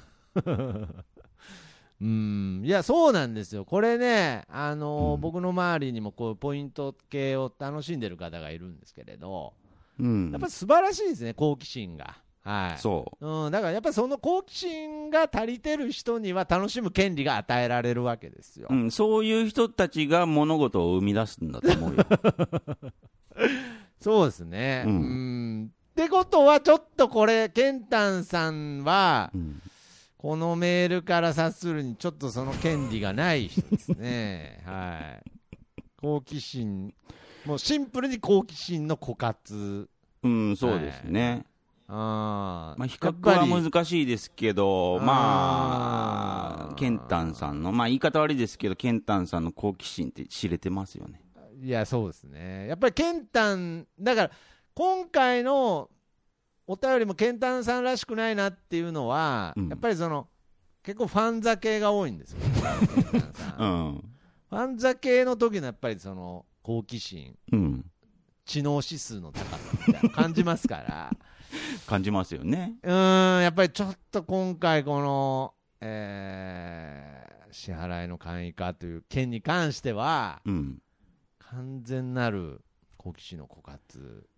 Speaker 3: うんいやそうなんですよ、これね、あのー
Speaker 4: うん
Speaker 3: 僕の周りにもこうポイント系を楽しんでる方がいるんですけれど、
Speaker 4: うん
Speaker 3: やっぱり素晴らしいですね、好奇心が。はい
Speaker 4: そう
Speaker 3: うん、だからやっぱりその好奇心が足りてる人には楽しむ権利が与えられるわけですよ。
Speaker 4: うん、そういう人たちが物事を生み出すんだと 思うよ。
Speaker 3: そうですね、う
Speaker 4: うんん
Speaker 3: ってことは、ちょっとこれ、ケンタンさんは、
Speaker 4: うん
Speaker 3: このメールから察するに、ちょっとその権利がない人です ね。はい、好奇心、もうシンプルに好奇心の枯渇。
Speaker 4: うん、そうですね。
Speaker 3: あー
Speaker 4: まあ、比
Speaker 3: やっぱ
Speaker 4: 較
Speaker 3: り
Speaker 4: は難しいですけど、ま
Speaker 3: あー
Speaker 4: あ、ケンタンさんの、まあ、言い方悪いですけど、ケンタンさんの好奇心って知れてますよね。
Speaker 3: いや、そうですね。やっぱりケンタン、だから、今回のお便りもケンタンさんらしくないなっていうのは、
Speaker 4: うん
Speaker 3: やっぱりその、結構ファンザ系が多いん ですよ、ケンタンさん
Speaker 4: う
Speaker 3: フ
Speaker 4: ん。
Speaker 3: ァンザ系の時のやっぱりその、好奇心、
Speaker 4: うん。
Speaker 3: 知能指数の高さみたいなの感じますから、
Speaker 4: 感じますよね。
Speaker 3: うーん、やっぱりちょっと今回この、えー支払いの簡易化という件に関しては、
Speaker 4: うん。
Speaker 3: 完全なる好奇心の枯渇。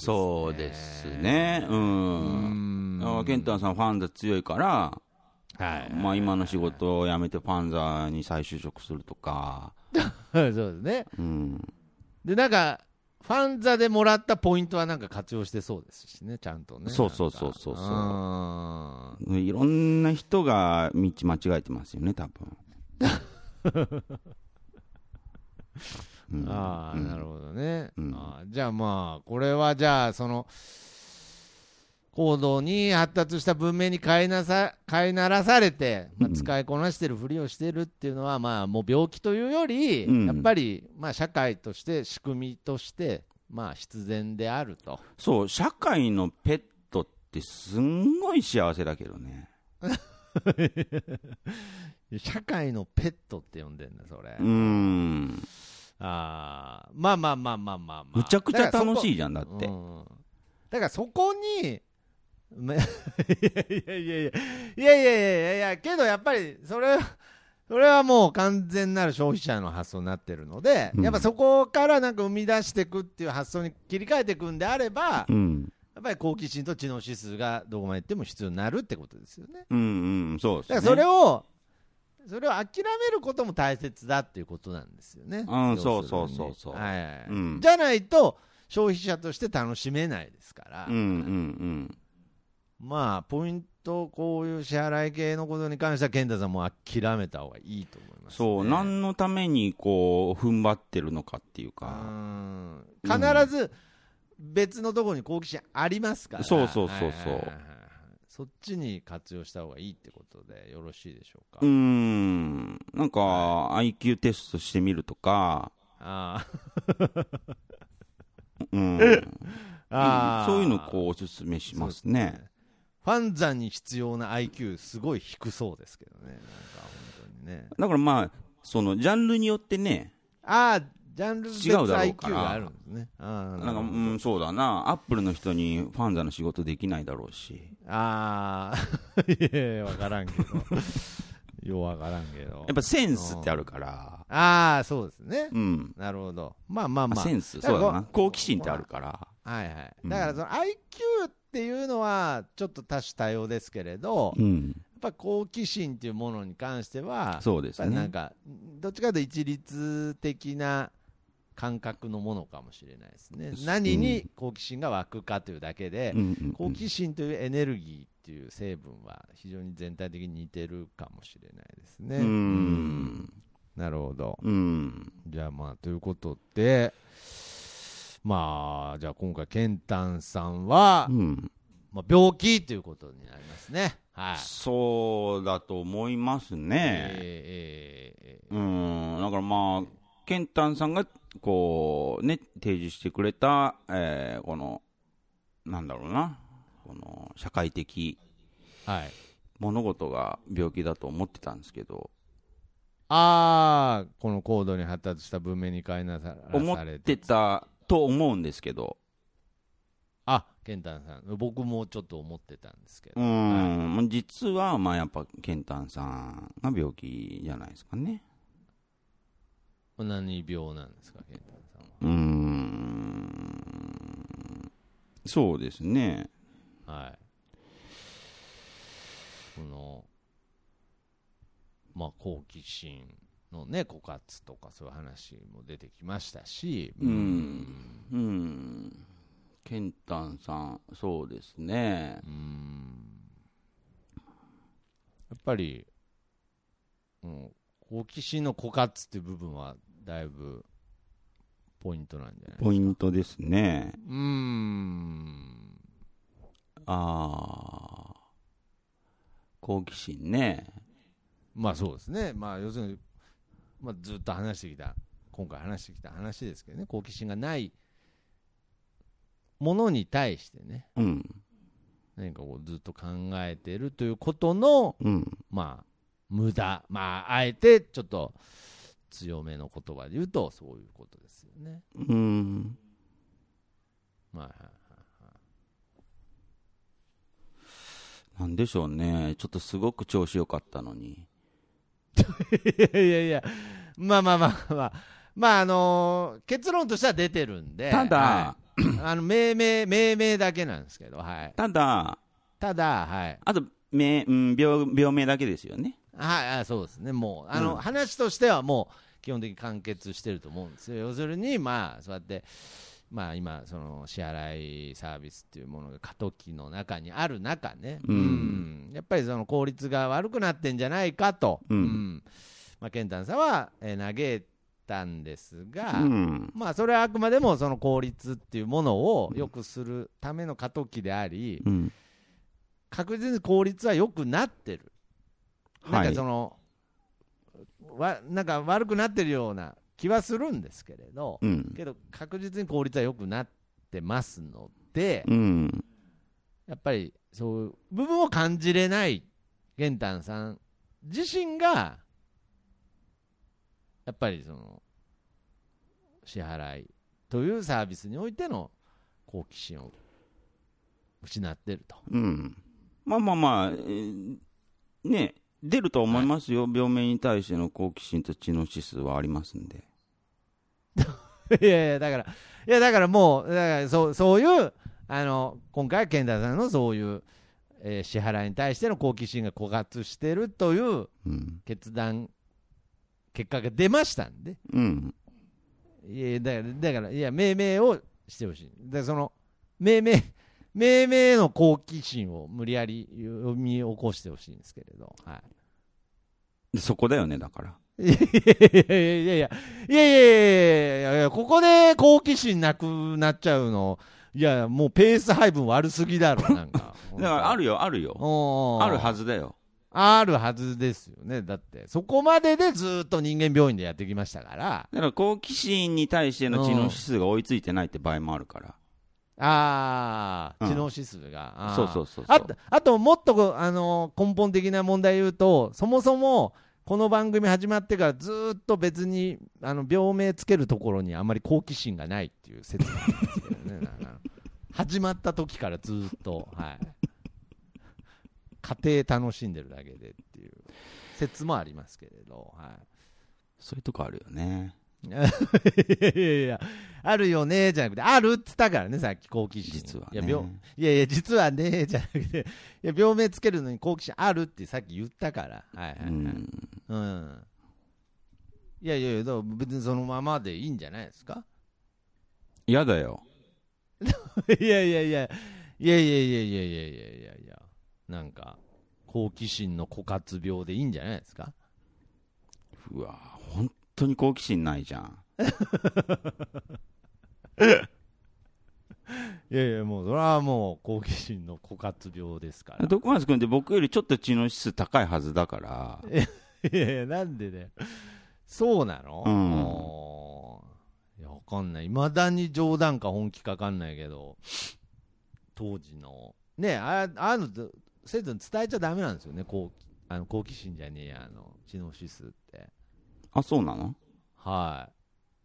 Speaker 4: そうですね。う。
Speaker 3: うん
Speaker 4: あケンタンさんファンが強いから、
Speaker 3: はい
Speaker 4: まあ、今の仕事を辞めてパンザーに再就職するとか、
Speaker 3: そうですね
Speaker 4: うん、
Speaker 3: でなんかファンザでもらったポイントはなんか活用してそうですしねちゃんとね
Speaker 4: そうそうそうそうそう
Speaker 3: なんか
Speaker 4: いろんな人が道間違えてますよね、多分う
Speaker 3: うん
Speaker 4: ん
Speaker 3: ああなるほどね、
Speaker 4: うん
Speaker 3: あーじゃあまあこれはじゃあその高度に発達した文明に飼いなさ飼いならされて、まあ、
Speaker 4: うん
Speaker 3: 使いこなしてるふりをしてるっていうのは、まあ、もう病気というより、
Speaker 4: うん
Speaker 3: やっぱり、まあ、社会として仕組みとして、まあ、必然であると
Speaker 4: そう、社会のペットってすんごい幸せだけどね。
Speaker 3: 社会のペットって呼んでんだそれ、
Speaker 4: うん。
Speaker 3: ああまあまあまあまあまあ、まあ、
Speaker 4: むちゃくちゃ楽
Speaker 3: い
Speaker 4: しいじゃん、だって
Speaker 3: う。んだからそこに、め いやいやいやいやいやいやいやいやけどやっぱりそれそれはもう完全なる消費者の発想になってるので、
Speaker 4: うん
Speaker 3: やっぱそこからなんか生み出していくっていう発想に切り替えていくんであれば、
Speaker 4: う
Speaker 3: や
Speaker 4: ん。
Speaker 3: っぱり好奇心と知能指数がどこまでいっても必要になるってことですよね。
Speaker 4: うんうん、そうです
Speaker 3: だか
Speaker 4: ね。
Speaker 3: らそれを、それを諦めることも大切だっていうことなんですよね。
Speaker 4: うん
Speaker 3: 要するに
Speaker 4: そうそうそうそう
Speaker 3: はいはいはい
Speaker 4: うん
Speaker 3: じゃないと消費者として楽しめないですから、
Speaker 4: うんうん
Speaker 3: まあポイントこういう支払い系のことに関しては健太さんもう諦めた方がいいと思い
Speaker 4: うん。
Speaker 3: ます、ね。
Speaker 4: そう、何のためにこう、踏ん張ってるのかっていう
Speaker 3: う
Speaker 4: か。
Speaker 3: ん
Speaker 4: うん
Speaker 3: 必ず別のところに好奇心ありますから。
Speaker 4: そうそうそうそ
Speaker 3: は
Speaker 4: う
Speaker 3: いはいはいはいそっちに活用した方がいいってことでよろしいでしょうか。
Speaker 4: うん。なんか、IQ テストしてみるとか、
Speaker 3: あー
Speaker 4: うん。
Speaker 3: あー。
Speaker 4: そういうのこう、おすすめしますね。
Speaker 3: ファンザに必要な IQ すごい低そうですけどね。なんか本当にね。
Speaker 4: だからまあ、その、ジャンルによってね、
Speaker 3: ああ、ジャンル別
Speaker 4: 違うだろう
Speaker 3: IQ
Speaker 4: から
Speaker 3: があるんですね。ああ、
Speaker 4: なんか、
Speaker 3: なるほ
Speaker 4: う
Speaker 3: ど
Speaker 4: ん、そうだな、アップルの人にファンザの仕事できないだろうし。
Speaker 3: ああ、 いやいや、わからんけど。ようわからんけど。
Speaker 4: やっぱセンスってあるから、
Speaker 3: ああ、そうですね。
Speaker 4: うん。
Speaker 3: なるほど。まあまあ
Speaker 4: ま
Speaker 3: ま
Speaker 4: あ、
Speaker 3: あ。
Speaker 4: センス、
Speaker 3: だか
Speaker 4: そ
Speaker 3: ら
Speaker 4: うだな。
Speaker 3: こう
Speaker 4: 好奇心ってあるから。
Speaker 3: はいはい。
Speaker 4: うん
Speaker 3: だからその IQ っていうのは、ちょっと多種多様ですけれど、やっ
Speaker 4: ん。
Speaker 3: ぱ好奇心っていうものに関しては、
Speaker 4: そうで
Speaker 3: や
Speaker 4: す
Speaker 3: っぱりな
Speaker 4: ね
Speaker 3: ん。か、どっちかというと一律的な感覚のものかもしれないですね。何に好奇心が湧くかというだけで、
Speaker 4: うんうんうん
Speaker 3: 好奇心というエネルギーっていう成分は非常に全体的に似てるかもしれないですね。
Speaker 4: う
Speaker 3: うん
Speaker 4: ん。
Speaker 3: なるほど。
Speaker 4: うん。
Speaker 3: じゃあまあということで、まあじゃあ今回ケンタンさんは、
Speaker 4: うん。
Speaker 3: まあ、病気ということになりますね。はい。
Speaker 4: そうだと思いますね。
Speaker 3: えーえーえー
Speaker 4: うん。だからまあ、ケンタンさんが、こう、ね、提示してくれた、えーこの、なんだろうな、この、社会的
Speaker 3: はい。
Speaker 4: 物事が病気だと思ってたんですけど、
Speaker 3: ああ、この高度に発達した文明に変えなさ
Speaker 4: 思
Speaker 3: さ
Speaker 4: っ
Speaker 3: れ
Speaker 4: てたと思うんですけど、
Speaker 3: あ、ケンタンさん、僕もちょっと思ってたんですけ
Speaker 4: う
Speaker 3: ど。
Speaker 4: ん、まあ実は、まあやっぱ、ケンタンさんが病気じゃないですかね。
Speaker 3: 何病なんですか、ケンタンさんは。
Speaker 4: うーん、そうですね。
Speaker 3: はい。この、まあ、好奇心のね、枯渇とかそういう話も出てきましたし、
Speaker 4: う。ん、うん、ケンタンさん、そうですね。
Speaker 3: うんやっぱり、うん、好奇心の枯渇っていう部分は、だいぶ、ポイントなんじゃない
Speaker 4: ポイントですね。
Speaker 3: うーん。
Speaker 4: ああ、好奇心ね。
Speaker 3: まあそうですね、まあ、要するに、まあ、ずっと話してきた、今回話してきた話ですけどね、好奇心がないものに対してね、
Speaker 4: うん、
Speaker 3: 何かこうずっと考えてるということの、
Speaker 4: うん、
Speaker 3: まあ、無駄、まあ、あえてちょっと強めの言葉で言うと、そういうことですよね。
Speaker 4: うん。
Speaker 3: まあはいはい
Speaker 4: なんでしょうね。ちょっとすごく調子良かったのに。
Speaker 3: いやいやいや、まあまあまあまあ、まああのー結論としては出てるんで、
Speaker 4: ただ、
Speaker 3: はいあの命名、命名だけなんですけど、はい、
Speaker 4: ただ、
Speaker 3: ただ、はい、
Speaker 4: あと、名、うん、病病名だけですよね。
Speaker 3: はい、はいそうですね、もう、あの、
Speaker 4: うん
Speaker 3: 話としてはもう、基本的に完結してると思うんですよ。要するに、まあ、そうやって、まあ、今、その支払いサービスっていうものが過渡期の中にある中ね、
Speaker 4: うん
Speaker 3: うんやっぱりその効率が悪くなってんじゃないかと、
Speaker 4: うん
Speaker 3: まあ、ケンタンさんは、えー嘆いたんです
Speaker 4: う
Speaker 3: が、
Speaker 4: ん。
Speaker 3: まあ、それはあくまでもその効率っていうものを良くするための過渡期であり、
Speaker 4: うん。
Speaker 3: 確実に効率は良くなってる。なん
Speaker 4: は
Speaker 3: か
Speaker 4: い
Speaker 3: そ。の、わなんか悪くなってるような気はするんですけれど、
Speaker 4: うん。
Speaker 3: けど確実に効率は良くなってますので、
Speaker 4: うん。
Speaker 3: やっぱりそういう部分を感じれない玄丹さん自身が、やっぱりその支払いというサービスにおいての好奇心を失ってると。
Speaker 4: うん。まあまあまあ、えーね、出ると思いますよ。病名に対しての好奇心と知能指数はありますんで。
Speaker 3: いやいや、だから、いや、だからもう、だからそうそういう、あの、今回、健太さんのそういう、えー支払いに対しての好奇心が枯渇してるという
Speaker 4: うん。
Speaker 3: 決断、結果が出ましたんで、
Speaker 4: うん。
Speaker 3: いや、だから、だからいや、命名をしてほしい。で、その、命名、 命名の好奇心を無理やり読み起こしてほしいんですけれど、はい。
Speaker 4: そこだよね、だから。
Speaker 3: いやいやいやいやいやいやいやいやいやいやここで好奇心なくなっちゃうのいやもうペース配分悪すぎだ ろなんか
Speaker 4: だからあるよ、あるよ。
Speaker 3: おー
Speaker 4: あるはずだよ。
Speaker 3: あるはずですよねだってそこまででずーっと人間病院でやってきましたから
Speaker 4: だから好奇心に対しての知能指数が追いついてないって場合もあるから。
Speaker 3: ああ
Speaker 4: うん
Speaker 3: 知能指数が、あー
Speaker 4: そうそうそうそう
Speaker 3: あとあともっとこうあのー根本的な問題言うとそもそもこの番組始まってからずーっと別にあの病名つけるところにあんまり好奇心がないっていう説なんですけどねなな始まった時からずーっと、はい、家庭楽しんでるだけでっていう説もありますけれど、は
Speaker 4: そういうとこあるよね。
Speaker 3: い、いやいやいやあるよねじゃなくてあるっつったからねさっき好奇心
Speaker 4: 実はい
Speaker 3: や
Speaker 4: ね。
Speaker 3: 病いやいや、実はね、じゃなくて、いや、病名つけるのに好奇心あるってさっき言ったから。はいはいうはい。うん。
Speaker 4: ん。
Speaker 3: いやいやいや、だから別にそのままでいいんじゃないですか
Speaker 4: 嫌だよ。
Speaker 3: いやいやいや、いやいやいやいやいやいやいやいや、なんか、好奇心の枯渇病でいいんじゃないですか
Speaker 4: うわ本当に好奇心ないじゃん。
Speaker 3: いやいや、もう、それはもう、好奇心の枯渇病ですから。
Speaker 4: 徳松君って僕よりちょっと知能指数高いはずだから。
Speaker 3: いやいや、なんでね。そうなの
Speaker 4: うん
Speaker 3: もういや、わかんない。いまだに冗談か本気かわかんないけど、当時の。ねあああいうのと、生徒に伝えちゃダメなんですよね。好奇あの好奇心じゃねえや、あの、知能指数って。
Speaker 4: あ、そうなの
Speaker 3: はい。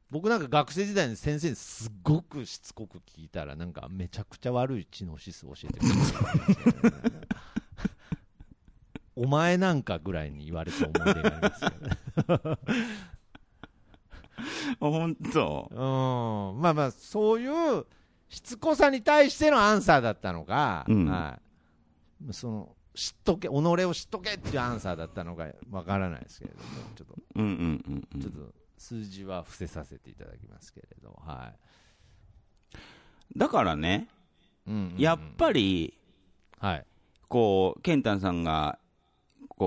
Speaker 3: 僕なんか学生時代に先生にすごくしつこく聞いたら、なんかめちゃくちゃ悪い知能指数教えてくれたんですよ ねお前なんかぐらいに言われた思い出がありますけどね。
Speaker 4: あ、本当。
Speaker 3: うん、まあまあ、そういうしつこさに対してのアンサーだったのか、
Speaker 4: うん
Speaker 3: はい、その知っとけ、己を知っとけっていうアンサーだったのかわからないですけれども、ちょっと
Speaker 4: うんうんうんう
Speaker 3: ちょっ
Speaker 4: ん。
Speaker 3: と数字は伏せさせていただきますけれど、は
Speaker 4: だからね、
Speaker 3: いうんうんうん
Speaker 4: やっぱり、
Speaker 3: はい、
Speaker 4: こう、ケンタンさんが、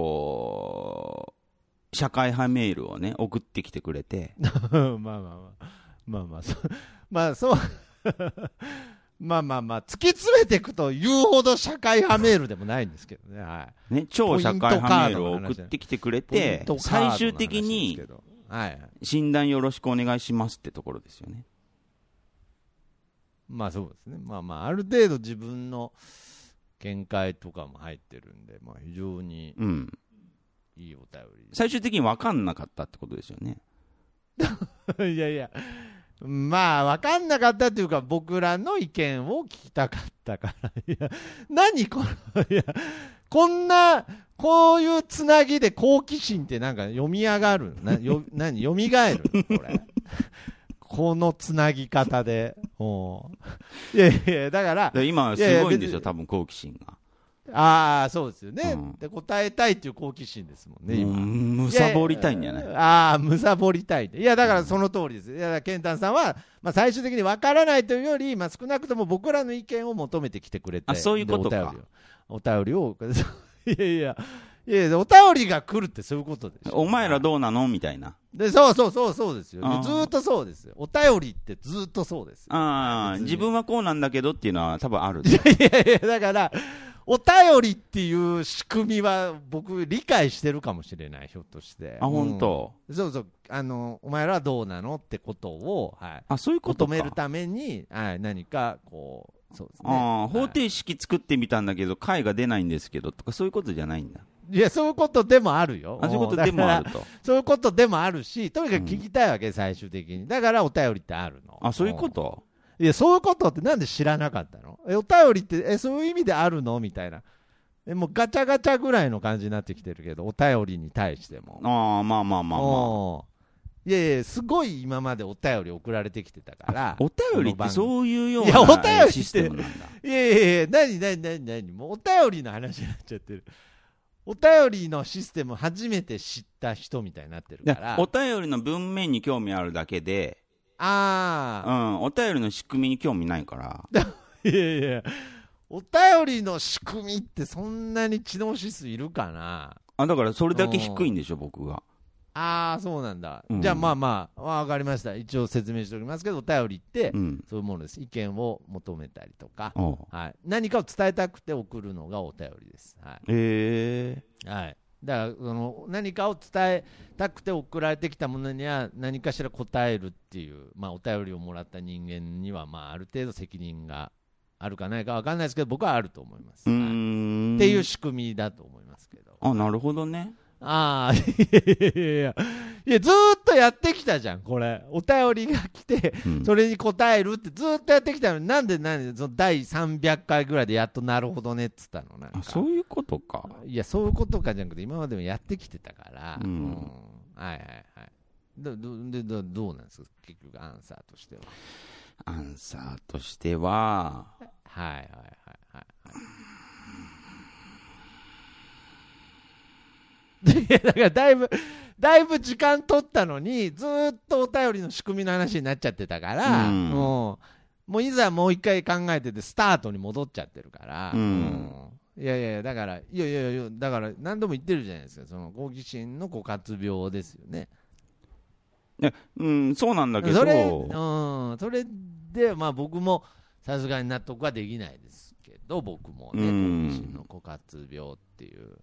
Speaker 4: こう、社会派メールをね、送ってきてくれて、
Speaker 3: まあまあまあ、まあまあ、そう まあそう まあまあまあ、突き詰めていくと言うほど社会派メールでもないんですけどね。はい
Speaker 4: ね、超社会派メールを送ってきてくれて、
Speaker 3: ポイントカードの
Speaker 4: 最
Speaker 3: 話
Speaker 4: 終的に
Speaker 3: ですけ、ど、はい、
Speaker 4: 診断よろしくお願いしますってところですよね。
Speaker 3: まあそうですね、まあまあ、ある程度自分の見解とかも入ってるんで、まあ、非常に
Speaker 4: うん。
Speaker 3: いいお便り
Speaker 4: 最終的に分かんなかったってことですよね。
Speaker 3: です。 いやいや、まあ、分かんなかったというか、僕らの意見を聞きたかったから、 いや、何この、 いや、こんな、こういうつなぎで好奇心ってなんか読み上がる、な よ何、読みがえる、これ。 このつなぎ方で、おういやいや、だから
Speaker 4: だか、ら今、すごいんですよ、多分好奇心が。
Speaker 3: ああ、そうですよね、
Speaker 4: うん
Speaker 3: で。答えたいっていう好奇心ですもんね、
Speaker 4: う
Speaker 3: 今。
Speaker 4: んむさぼりたいんじゃない
Speaker 3: やああ、むさぼりたいって。いや、だからその通りです。いや、だからケンタンさんは、まあ、最終的に分からないというより、まあ、少なくとも僕らの意見を求めてきてくれて、
Speaker 4: あそういうことか
Speaker 3: でお便りを。お便りを、 いやいや、いやいや、お便りが来るってそういうことでしょ。
Speaker 4: お前らどうなのみたいな。
Speaker 3: で、そうそうそうそうですよ。
Speaker 4: あー
Speaker 3: ずーっとそうですよ。お便りってずーっとそうですよ。
Speaker 4: ああ、
Speaker 3: 別に
Speaker 4: 自分はこうなんだけどっていうのは多分ある。
Speaker 3: いやいや、だから、お便りっていう仕組みは僕理解してるかもしれない、ひょっとして。
Speaker 4: あ、本当。
Speaker 3: うんそうそう、あの、お前らはどうなのってことを、はい。
Speaker 4: あ、そういうこと
Speaker 3: 求
Speaker 4: か。
Speaker 3: めるために、はい、何か、こう、そうですね。
Speaker 4: ああ、方
Speaker 3: はい
Speaker 4: 程式作ってみたんだけど、解が出ないんですけどとか、そういうことじゃないんだ。
Speaker 3: いや、そういうことでもあるよ。
Speaker 4: あそういうこと
Speaker 3: ん
Speaker 4: でもあ。
Speaker 3: だ
Speaker 4: る
Speaker 3: から
Speaker 4: と。
Speaker 3: そういうことでもあるし、とにかく聞きたいわけ、最終的に。だから、お便りってあるの。
Speaker 4: あ、そういうこと
Speaker 3: うんいや、そういうことってなんで知らなかったのえ、お便りって、え、そういう意味であるのみたいな。え、もうガチャガチャぐらいの感じになってきてるけど、お便りに対しても。
Speaker 4: ああ、まあまあまあま
Speaker 3: うんいやいや、すごい今までお便り送られてきてたか
Speaker 4: あ
Speaker 3: ら。。
Speaker 4: お便りってそういうよう
Speaker 3: いやお便りっ
Speaker 4: な
Speaker 3: て
Speaker 4: システムなんだ。
Speaker 3: いやいやいや、なになになになに、もうお便りの話になっちゃってる。お便りのシステム初めて知った人みたいになってる
Speaker 4: で
Speaker 3: から。
Speaker 4: お便りの文面に興味あるだけで、う
Speaker 3: あ
Speaker 4: ん、お便りの仕組みに興味ないから。
Speaker 3: あ、いやいや、お便りの仕組みってそんなに知能指数いるかな
Speaker 4: あ、だからそれだけ低いんでしょ、僕が。
Speaker 3: ああ、そうなんだ。
Speaker 4: うん
Speaker 3: じゃあまあまあ、わかりました。一応説明しておきますけど、お便りって
Speaker 4: う、ん。
Speaker 3: そういうものです。意見を求めたりとか、
Speaker 4: おう
Speaker 3: はい、何かを伝えたくて送るのがお便りです。はい
Speaker 4: え
Speaker 3: はい、だからその何かを伝えたくて送られてきたものには何かしら答えるっていう、まあ、お便りをもらった人間には、まあ、ある程度責任があるかないか分かんないですけど僕はあると思います。
Speaker 4: えー。う
Speaker 3: はい
Speaker 4: ーん。
Speaker 3: っていう仕組みだと思いますけど。
Speaker 4: あ、なるほどね。
Speaker 3: ああ、いやいやいやいやいや、ずーっとやってきたじゃん、これ。お便りが来て、
Speaker 4: うん
Speaker 3: それに答えるってずーっとやってきたのに、なんで、なんで、その第300回ぐらいでやっとなるほどねっつったのなんか
Speaker 4: あ、そういうことか。
Speaker 3: いや、そういうことかじゃなくて、今までもやってきてたから、
Speaker 4: うん
Speaker 3: はいはいはい。どどでどどうなんですか、結局、アンサーとしては。
Speaker 4: アンサーとしては、
Speaker 3: はいはいはいはい。いやだからだいぶ、だいぶ時間取ったのに、ずーっとお便りの仕組みの話になっちゃってたから、
Speaker 4: うん
Speaker 3: もう、もういざもう一回考えてて、スタートに戻っちゃってるから、
Speaker 4: うん
Speaker 3: うんいやいやいや、だから、いやいやいや、だから、何度も言ってるじゃないですか、その好奇心の枯渇病ですよね。
Speaker 4: うん、そうなんだけど、
Speaker 3: それ、うん、それで、まあ僕もさすがに納得はできないですけど、僕もね、
Speaker 4: うん
Speaker 3: 好奇心の枯渇病っていう。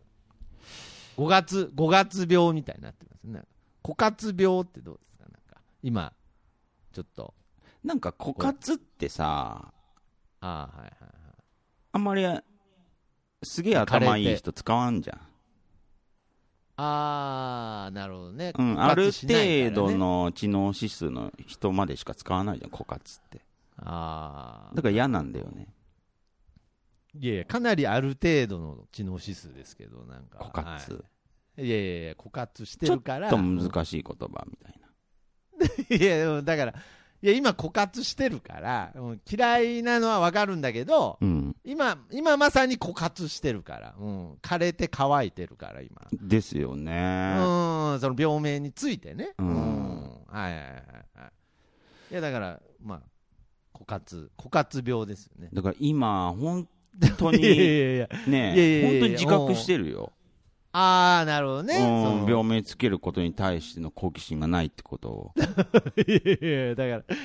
Speaker 3: 五月、五月病みたいになってますね。枯渇病ってどうですかなんか、今、ちょっと、
Speaker 4: なんか枯渇ってさ、
Speaker 3: ああ、はいはいはい。
Speaker 4: あんまり、すげえ頭いい人使わんじゃん。
Speaker 3: ああ、なるほどね。
Speaker 4: うん、
Speaker 3: 枯
Speaker 4: ある
Speaker 3: 渇しない
Speaker 4: 程
Speaker 3: からね
Speaker 4: 度。の知能指数の人までしか使わないじゃん、枯渇って。
Speaker 3: ああ
Speaker 4: だ。から嫌なんだよね。
Speaker 3: いやいや、かなりある程度の知能指数ですけど、なんか。
Speaker 4: 枯渇。
Speaker 3: はい。いやいやいや、枯渇して
Speaker 4: ちょ
Speaker 3: る
Speaker 4: っ
Speaker 3: から。
Speaker 4: と難しい言葉みたいな。
Speaker 3: いや、でもだから、いや、今枯渇してるから、うん嫌いなのはわかるんだけど、
Speaker 4: うん。
Speaker 3: 今、今まさに枯渇してるから、うん、枯れて乾いてるから、今。
Speaker 4: ですよね。
Speaker 3: うん、その病名についてね。
Speaker 4: うん
Speaker 3: はいはいはいはい。いや、だから、まあ、枯渇、枯渇病ですよ ね。
Speaker 4: だから今、本当
Speaker 3: いやいやい
Speaker 4: に、
Speaker 3: や。いやいや
Speaker 4: ね、
Speaker 3: いや
Speaker 4: 本当に自覚してるよ。
Speaker 3: あー、なるほどね。そ
Speaker 4: うん、
Speaker 3: の
Speaker 4: 病名つけることに対しての好奇心がないってことを。
Speaker 3: いやいや、だから。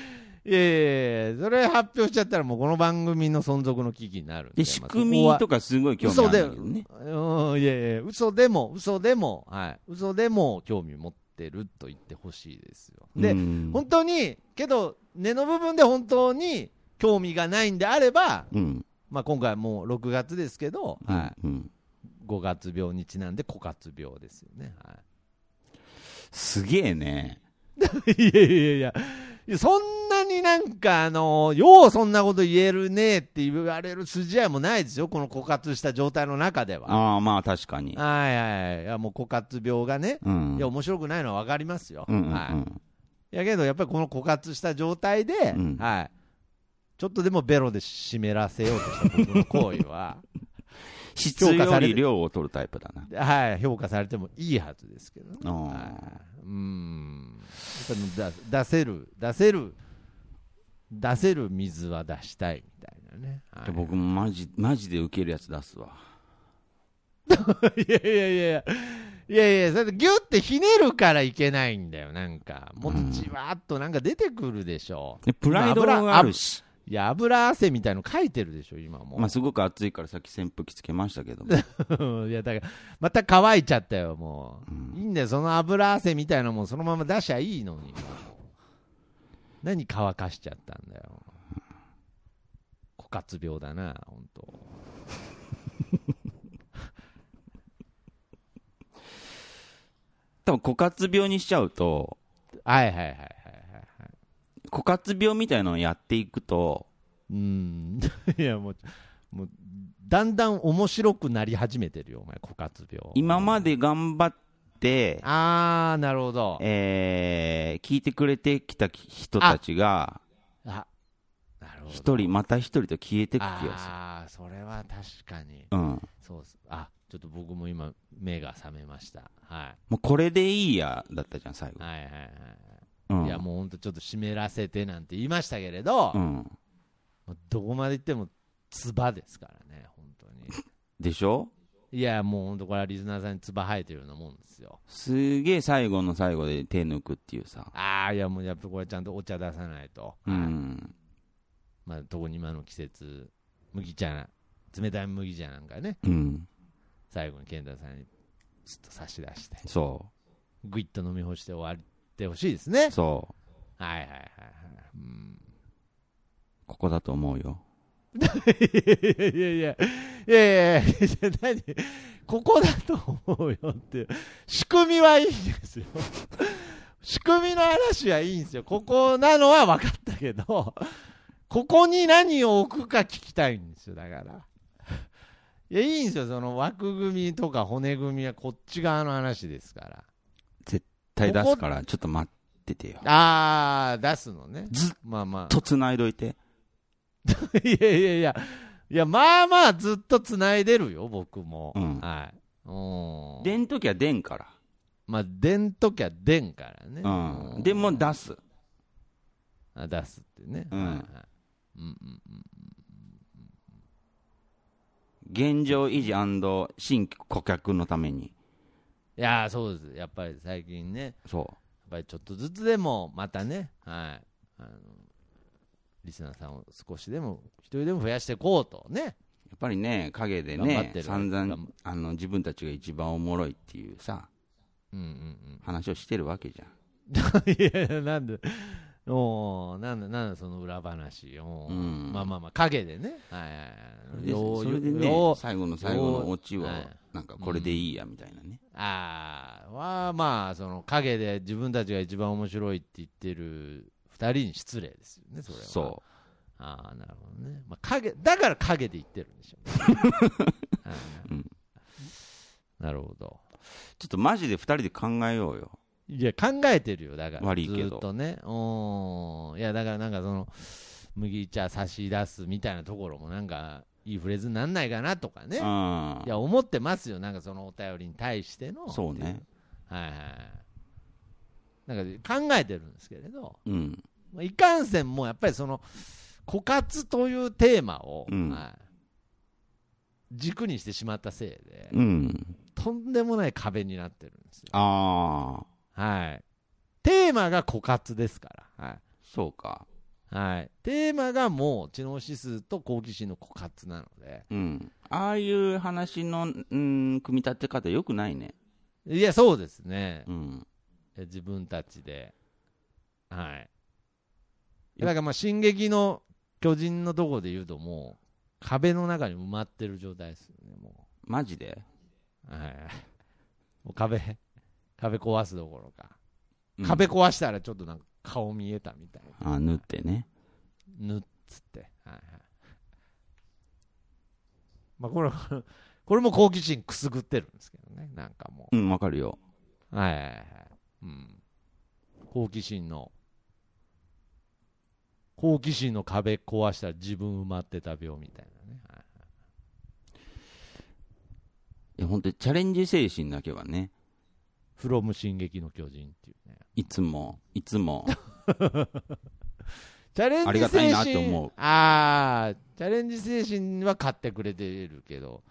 Speaker 3: いやいやいや、それ発表しちゃったらもうこの番組の存続の危機になるん
Speaker 4: で、仕組み
Speaker 3: か
Speaker 4: とかすごい興味あるんだけどね。
Speaker 3: うん、いやいや、嘘でも、嘘でも、はい、嘘でも興味持ってると言ってほしいですよ。で、
Speaker 4: うん
Speaker 3: 本当に、けど、根の部分で本当に興味がないんであれば、
Speaker 4: うん。
Speaker 3: まあ、今回もう6月ですけど、は
Speaker 4: うん。
Speaker 3: い、5月病にちなんで枯渇病ですよね。は
Speaker 4: すげえね。
Speaker 3: い、いやいやいやいや、そんなになんか、あの、ようそんなこと言えるねって言われる筋合いもないですよ、この枯渇した状態の中では。
Speaker 4: ああ、まあ確かに。
Speaker 3: はいはいはいいや、もう枯渇病がね、
Speaker 4: うん。
Speaker 3: いや、面白くないのは分かりますよ。
Speaker 4: うんうんうん
Speaker 3: はい、いやけど、やっぱりこの枯渇した状態で、
Speaker 4: うん
Speaker 3: はい、ちょっとでもベロで湿らせようとした僕の行為は、
Speaker 4: 質より量を取るタイプだな。
Speaker 3: はい、評価されてもいいはずですけどね、
Speaker 4: うん
Speaker 3: はい、うんやっぱりだ出せる出せる出せる水は出したいみたいなね、はい
Speaker 4: 僕もマジ、マジで受けるやつ出すわ。
Speaker 3: いやいやいやいや。いやいや、だってギュってひねるからいけないんだよ、なんか。もっとじわーっとなんか出てくるでしょ。
Speaker 4: でプライド
Speaker 3: まあ油
Speaker 4: があるし、
Speaker 3: いや、油汗みたいの書いてるでしょ、今も。
Speaker 4: まあ、すごく暑いからさっき扇風機つけましたけども、
Speaker 3: いや、だから、また乾いちゃったよ、もう。いいんだよ、その油汗みたいなもんそのまま出しゃいいのに。もう何乾かしちゃったんだよ。枯渇病だな、ほんと。
Speaker 4: 多分枯渇病にしちゃうと、
Speaker 3: はいはいはいはい。
Speaker 4: 枯渇病みたいなのをやっていくと、
Speaker 3: うん。 いや、もう、もう、だんだん面白くなり始めてるよ、お前、枯渇病。
Speaker 4: 今まで頑張って、
Speaker 3: あー、なるほど。
Speaker 4: えー聞いてくれてきた人たちが、
Speaker 3: あ、なるほど。
Speaker 4: 一人、また一人と消えてく気がす
Speaker 3: あー、それは確かに。
Speaker 4: る。うん。
Speaker 3: そうっす。あ、ちょっと僕も今、目が覚めました。は
Speaker 4: もうこれでいいや、だったじゃん、最
Speaker 3: い。
Speaker 4: 後。
Speaker 3: はいはいはい。
Speaker 4: うん。
Speaker 3: いや、もうほんとちょっと湿らせてなんて言いましたけれど、
Speaker 4: うん。
Speaker 3: もうどこまで行っても、唾ですからね、本当に。
Speaker 4: でしょ
Speaker 3: いや、もうほんとこれはリスナーさんに唾生えてるようなもんですよ。
Speaker 4: すげえ最後の最後で手抜くっていうさ。
Speaker 3: ああ、いや、もうやっぱこれちゃんとお茶出さないと。
Speaker 4: うん。
Speaker 3: まあ、特に今の季節、麦茶、冷たい麦茶なんかね、
Speaker 4: うん。
Speaker 3: 最後に健太さんにちょっと差し出して、
Speaker 4: そ
Speaker 3: ぐいっと飲み干して終わってほしいですね
Speaker 4: う。。そう。
Speaker 3: はいはいはいはい。
Speaker 4: ここだと思うよ。
Speaker 3: いやいやいやいやいやいやいやいや、何ここだと思うよっていう、仕組みはいいんですよ。仕組みの話はいいんですよ。ここなのは分かったけど、ここに何を置くか聞きたいんですよ、だから。いや、いいんですよ、その枠組みとか骨組みはこっち側の話ですから。
Speaker 4: 絶対出すから、ちょっと待っててよ。
Speaker 3: あー、出すのね。
Speaker 4: ずっ
Speaker 3: まあま
Speaker 4: と繋いどいて。
Speaker 3: あ。 いやいやいや、いや、まあまあずっと繋いでるよ、僕も。
Speaker 4: うん
Speaker 3: はい。うん。
Speaker 4: 出んときは出んか
Speaker 3: まあ、出んときゃ出んからね。
Speaker 4: ら。うん。でも出す。
Speaker 3: あ出すってね。
Speaker 4: うん
Speaker 3: はいはいうんうん
Speaker 4: 現状維持新規顧客のために。
Speaker 3: いやー、そうです。やっぱり最近ね、やっ
Speaker 4: そ
Speaker 3: ぱりちょっとずつでも、またね、はい。あの、リスナーさんを少しでも、一人でも増やしていこうとね。
Speaker 4: う。やっぱりね、陰で
Speaker 3: 頑張っ
Speaker 4: ね
Speaker 3: て、る
Speaker 4: 散
Speaker 3: 頑
Speaker 4: 々
Speaker 3: 張、
Speaker 4: あの、自分たちが一番おもろいっていうさ、
Speaker 3: うんうん
Speaker 4: 話をしてるわけじゃん。
Speaker 3: うん。いやいや、なんで、おーなんだ、なんだ、その裏話。おー
Speaker 4: うん
Speaker 3: まあまあまあ、影でね。はいはいはい。
Speaker 4: で
Speaker 3: よ
Speaker 4: そうれで
Speaker 3: よ
Speaker 4: ね
Speaker 3: う、
Speaker 4: 最後の最後のオチ
Speaker 3: は、
Speaker 4: はいなんかこれでいいやみたいなね。
Speaker 3: ああ、はまあ、その陰で自分たちが一番面白いって言ってる二人に失礼ですよね、それは。。
Speaker 4: そう
Speaker 3: ああ、なるほどね。まあ、影、だから陰で言ってるんでしょうね。はい
Speaker 4: うん
Speaker 3: なるほど。
Speaker 4: う。ちょっとマジで二人で考えようよ。
Speaker 3: いや、考えてるよ、だから。
Speaker 4: 悪いけど
Speaker 3: ずっとね。うーん。いや、だからなんかその、麦茶差し出すみたいなところもなんか、いいフレーズになんないかなとかね
Speaker 4: う。ん
Speaker 3: い。や、思ってますよ。なんかそのお便りに対しての。
Speaker 4: そうね。
Speaker 3: はいはいはい。なんか考えてるんですけれど、
Speaker 4: うん。
Speaker 3: まあ、いかんせんもうやっぱりその枯渇というテーマを、
Speaker 4: うん
Speaker 3: はい軸にしてしまったせいで、
Speaker 4: うん。
Speaker 3: とんでもない壁になってるんですよ。
Speaker 4: ああ、
Speaker 3: はい。テーマが枯渇ですから。はい。
Speaker 4: そうか。
Speaker 3: はい、テーマがもう知能指数と好奇心の枯渇なので、
Speaker 4: うん。ああいう話の、うん、組み立て方よくないね。
Speaker 3: いや、そうですね。
Speaker 4: うん。
Speaker 3: え自分たちで。はい。だからまあ、進撃の巨人のとこで言うともう、壁の中に埋まってる状態ですよね、も
Speaker 4: マジで
Speaker 3: う。はい。 もう壁、壁壊すどころか。
Speaker 4: うん
Speaker 3: 壁壊したらちょっとなんか顔見えたみたいな。
Speaker 4: あ縫ってね。
Speaker 3: ぬっつって。はいはい。まあ、これ、これも好奇心くすぐってるんですけどね、なんかもう。
Speaker 4: うん、わかるよ。
Speaker 3: はいはいはいはい。うん。好奇心の、好奇心の壁壊したら自分埋まってた病みたいなね。はい
Speaker 4: 本当にチャレンジ精神だけはね、
Speaker 3: フロム進撃の巨人っていうね。
Speaker 4: いつも、い つも、
Speaker 3: チャレンジ
Speaker 4: ありがたい
Speaker 3: 精
Speaker 4: な
Speaker 3: 神
Speaker 4: と思う
Speaker 3: ああ、チャレンジ精神は買ってくれてるけど、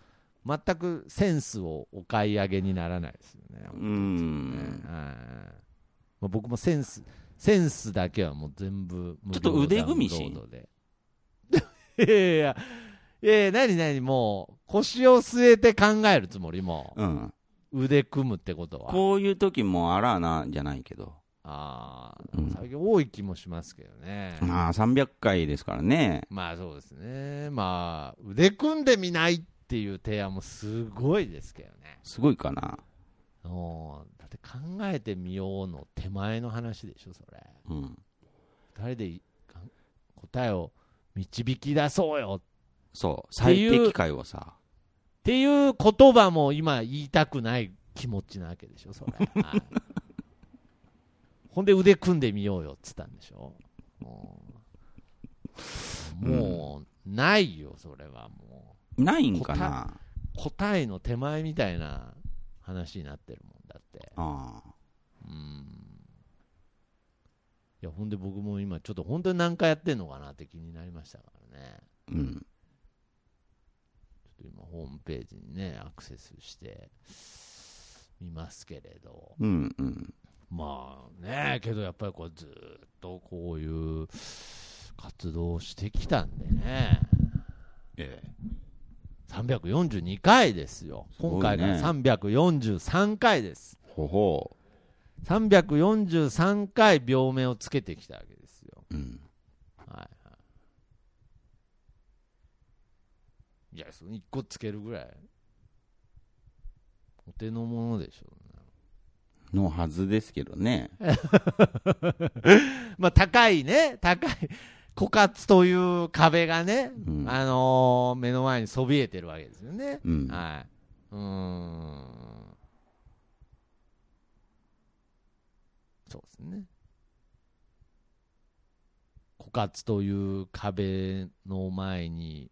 Speaker 3: 全くセンスをお買い上げにならないですよね。
Speaker 4: う
Speaker 3: ね
Speaker 4: ん、
Speaker 3: はいまあ、僕もセンス、センスだけはもう全部無料
Speaker 4: ちょっと腕組みし
Speaker 3: ダウンロードで いやいやいや、いやなになにもう腰を据えて考えるつもりもう、
Speaker 4: うん、
Speaker 3: 腕組むってことは。
Speaker 4: こういう時もあらなじゃないけど、
Speaker 3: ああ、
Speaker 4: うん
Speaker 3: 最近多い気もしますけどね。
Speaker 4: まあ300回ですからね、
Speaker 3: まあそうですね。まあ、腕組んでみないっていう提案もすごいですけどね。
Speaker 4: すごいかな、
Speaker 3: おーだって考えてみようの手前の話でしょ、それ。
Speaker 4: うん、
Speaker 3: 誰でいかん答えを導き出そうよ
Speaker 4: そう、
Speaker 3: てい
Speaker 4: 最
Speaker 3: う
Speaker 4: 適解をさ、
Speaker 3: っていう言葉も今言いたくない気持ちなわけでしょ、それ。はいほんで腕組んでみようよっつったんでしょ。もう、もうないよ、それはも
Speaker 4: ないんかな、
Speaker 3: う。答えの手前みたいな話になってるもんだって。
Speaker 4: あ
Speaker 3: うん。いや、ほんで僕も今、ちょっと本当に何回やってんのかなって気になりましたからね。
Speaker 4: ーうん、
Speaker 3: ちょっと今、ホームページにね、アクセスしてみますけれど、
Speaker 4: うん、うん、
Speaker 3: まあね、けどやっぱりこうずっとこういう活動をしてきたんでね、
Speaker 4: ええ、
Speaker 3: 342回ですよ、
Speaker 4: ごいね
Speaker 3: 今回が343回です、
Speaker 4: ほほ
Speaker 3: 343回病名をつけてきたわけですよ。
Speaker 4: う、うん、
Speaker 3: はいはい。いや、その1個つけるぐらい、お手の物でしょ。
Speaker 4: のはずですけどね、
Speaker 3: まあ、高いね、高い、枯渇という壁がね、
Speaker 4: うん
Speaker 3: あのー目の前にそびえてるわけですよね。
Speaker 4: うん、
Speaker 3: はい。うーん。そうですね。枯渇という壁の前に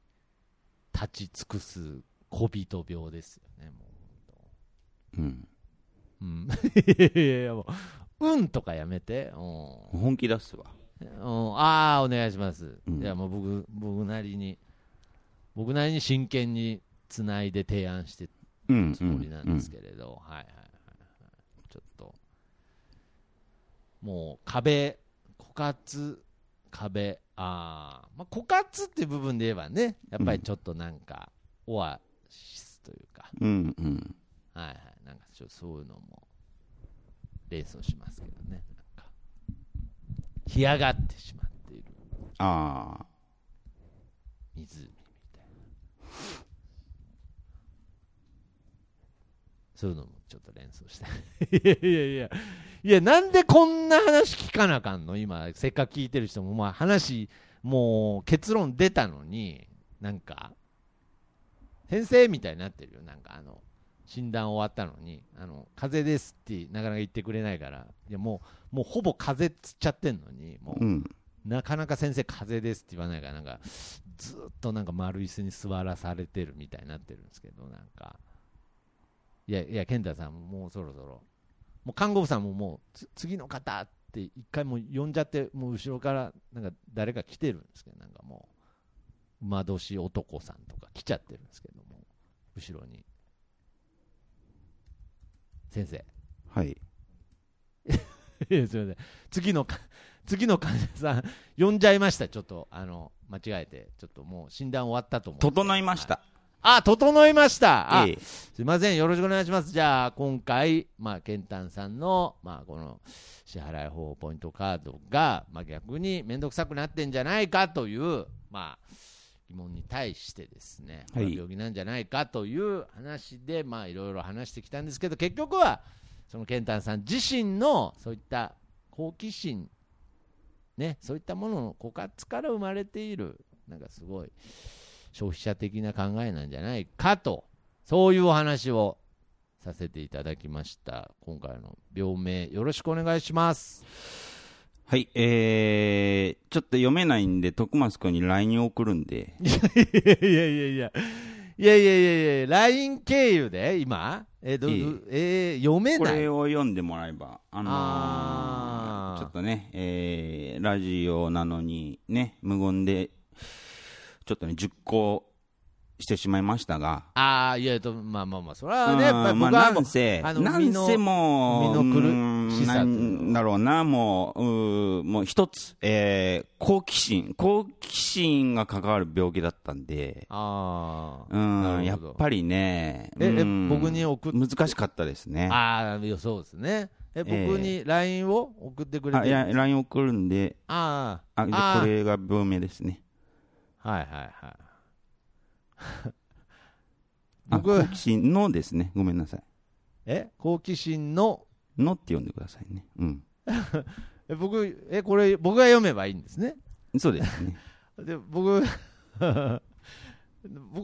Speaker 3: 立ち尽くす小人病ですよね、も
Speaker 4: うん、
Speaker 3: う。うん。 いやいやいや、もう、うんとかやめて。うん
Speaker 4: 本気出すわ、
Speaker 3: うん、ああ、お願いします。
Speaker 4: うん
Speaker 3: いや、もう僕、僕なりに、僕なりに真剣につないで提案して
Speaker 4: うん、
Speaker 3: つもりなんです
Speaker 4: け
Speaker 3: けれど、はいはいはいはい。ちょっと、もう壁、枯渇、壁、ああ、まあ、枯渇って部分で言えばね、やっぱりちょっとなんか、オアシスというか、
Speaker 4: ど、うん、うん、
Speaker 3: はいはい、なんかちょっとそういうのも、連想しますけどね、なんか、干上がってしまっている。
Speaker 4: ああ、
Speaker 3: 湖みたいなそういうのもちょっと連想して いやいやいやいやなんでこんな話聞かなあかんの今せっかく聞いてる人もまあ話もう結論出たのになんか先生みたいになってるよなんかあの診断終わったのにあの風邪ですってなかなか言ってくれないからいやもうもうほぼ風邪っつっちゃってんのにもう
Speaker 4: うん、
Speaker 3: なかなか先生、風邪ですって言わないから、なんか、ずっとなんか丸椅子に座らされてるみたいになってるんですけど、なんか、いやいや、健太さん、もうそろそろ、もう看護婦さんももう、つ次の方って、一回もう呼んじゃって、もう後ろから、なんか誰か来てるんですけど、なんかもう、馬年男さんとか来ちゃってるんですけども、後ろに。先生、
Speaker 4: は
Speaker 3: い
Speaker 4: い、
Speaker 3: やすみません次のか次の患者さん呼んじゃいましたちょっとあの間違えてちょっともう診断終わったと思う
Speaker 4: 整いまし
Speaker 3: は
Speaker 4: た、
Speaker 3: あ整いましたあ、
Speaker 4: ええ
Speaker 3: すいませんよろしくお願いしますじゃあ今回まあ健太さんのまあこの支払い方ポイントカードがまあ逆に面倒くさくなってんじゃないかというまあ疑問に対してですね、
Speaker 4: はい
Speaker 3: まあ病気なんじゃないかという話でまあいろいろ話してきたんですけど結局はそのケンタンさん自身のそういった好奇心、ね、そういったものの枯渇から生まれている、なんかすごい消費者的な考えなんじゃないかと、そういうお話をさせていただきました。今回の病名、よろしくお願いします。
Speaker 4: はい、え ー、ちょっと読めないんで、徳松君に LINE を送るんで、
Speaker 3: いやいやいやいや。いやいやいやいや、LINE 経由で今えど、
Speaker 4: いい
Speaker 3: どえー読め
Speaker 4: こ
Speaker 3: ない。
Speaker 4: れを読んでもらえば、あのー
Speaker 3: あー
Speaker 4: ちょっとね、えーラジオなのにね、無言で、ちょっとね、熟考してしまいましたが、
Speaker 3: ああ、いや、とまあまあまあ、それ
Speaker 4: う
Speaker 3: は
Speaker 4: ん
Speaker 3: ね、やっぱり
Speaker 4: まあ、
Speaker 3: 僕は
Speaker 4: な
Speaker 3: もうん
Speaker 4: せ、
Speaker 3: あの
Speaker 4: なんせもう、
Speaker 3: 身の身
Speaker 4: う
Speaker 3: の
Speaker 4: ん
Speaker 3: 苦しさ
Speaker 4: な
Speaker 3: っていうの
Speaker 4: んだろうな、もう、うーもう一つ、えー好奇心、好奇心が関わる病気だったんで、
Speaker 3: あ
Speaker 4: う
Speaker 3: なるほ
Speaker 4: ん、
Speaker 3: ど
Speaker 4: やっぱりね、
Speaker 3: ええ
Speaker 4: うん
Speaker 3: 僕に送っ
Speaker 4: 難しかったですね。
Speaker 3: あ、ああ、いやそうですね。え、僕に LINE を送ってくれ
Speaker 4: あ
Speaker 3: て
Speaker 4: い
Speaker 3: る、
Speaker 4: や、LINE 送るんで、
Speaker 3: ああ、
Speaker 4: あ、で
Speaker 3: あー
Speaker 4: これが病名ですね。
Speaker 3: はいはいはい。
Speaker 4: あ
Speaker 3: 僕
Speaker 4: 好奇心のですね。ごめんなさい。
Speaker 3: え、好奇心の、
Speaker 4: のって呼んでくださいね。うん。
Speaker 3: え僕、え、これ、僕が読めばいいんですね。
Speaker 4: そうで すね。
Speaker 3: で僕 僕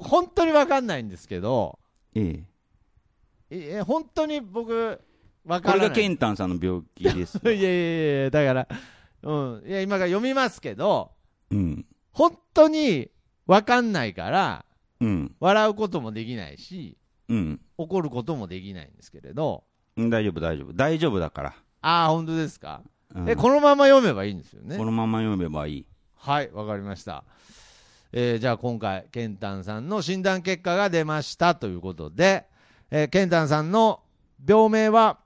Speaker 3: 本当に分かんないんですけど
Speaker 4: ええ。
Speaker 3: ええ本当に僕分
Speaker 4: こ
Speaker 3: からな
Speaker 4: れ
Speaker 3: い
Speaker 4: がケンタンさんの病気です。
Speaker 3: いやいやいやだから、うん、いや今から読みますけど
Speaker 4: うん。
Speaker 3: 本当に分かんないから
Speaker 4: うん。
Speaker 3: 笑うこともできないし
Speaker 4: うん。
Speaker 3: 怒ることもできないんですけれど
Speaker 4: 大丈夫、大丈夫。大丈夫だから。
Speaker 3: ああ本当ですか、
Speaker 4: うん
Speaker 3: えこのまま読めばいいんですよね
Speaker 4: このまま読めばいい。
Speaker 3: はい、わかりました。えーじゃあ今回、ケンタンさんの診断結果が出ましたということで、えー、ケンタンさんの病名は、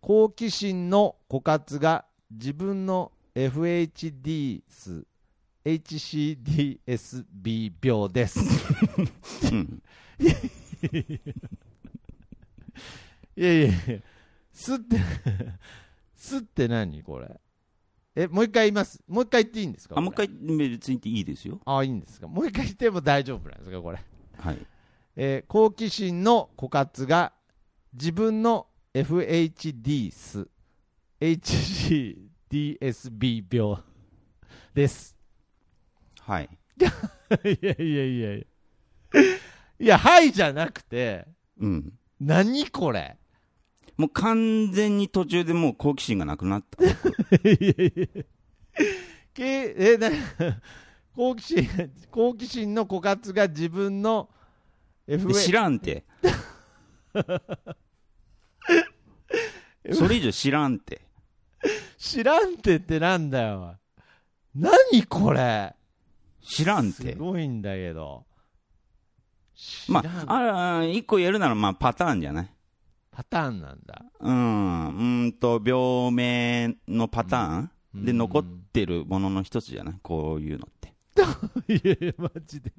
Speaker 3: 好奇心の枯渇が自分の FHDS、HCDSB 病です。
Speaker 4: うん。
Speaker 3: いやいやいや、すって、すって何これ。え、もう一回言います。もう一回言っていいんですか
Speaker 4: あ、もう一
Speaker 3: これ
Speaker 4: 回別に言っていいですよ。
Speaker 3: あ、いいんですか。もう一回言っても大丈夫なんですか、これ。
Speaker 4: はい。
Speaker 3: えー好奇心の枯渇が自分の FHDS、HCDSB 病です。
Speaker 4: はい。
Speaker 3: いやいやいやいや。いや、はいじゃなくて、
Speaker 4: うん。
Speaker 3: 何これ。
Speaker 4: もう完全に途中でもう好奇心がなくなった。
Speaker 3: いやいやけえな好奇心、好奇心の枯渇が自分の
Speaker 4: で
Speaker 3: FH
Speaker 4: 知ら んて。それ以上知らんて。
Speaker 3: 知らんてってなんだよ。何これ。
Speaker 4: 知らん
Speaker 3: す
Speaker 4: て。
Speaker 3: ごいんだけど。
Speaker 4: ま
Speaker 3: 知らん
Speaker 4: あ、あら、一個言えるなら、まあ、パターンじゃない
Speaker 3: パターンなんだ。
Speaker 4: うん、うーんと、病名のパターン、
Speaker 3: うん
Speaker 4: で、
Speaker 3: うん
Speaker 4: 残ってるものの一つじゃないこういうのって。
Speaker 3: いやいや、マジで。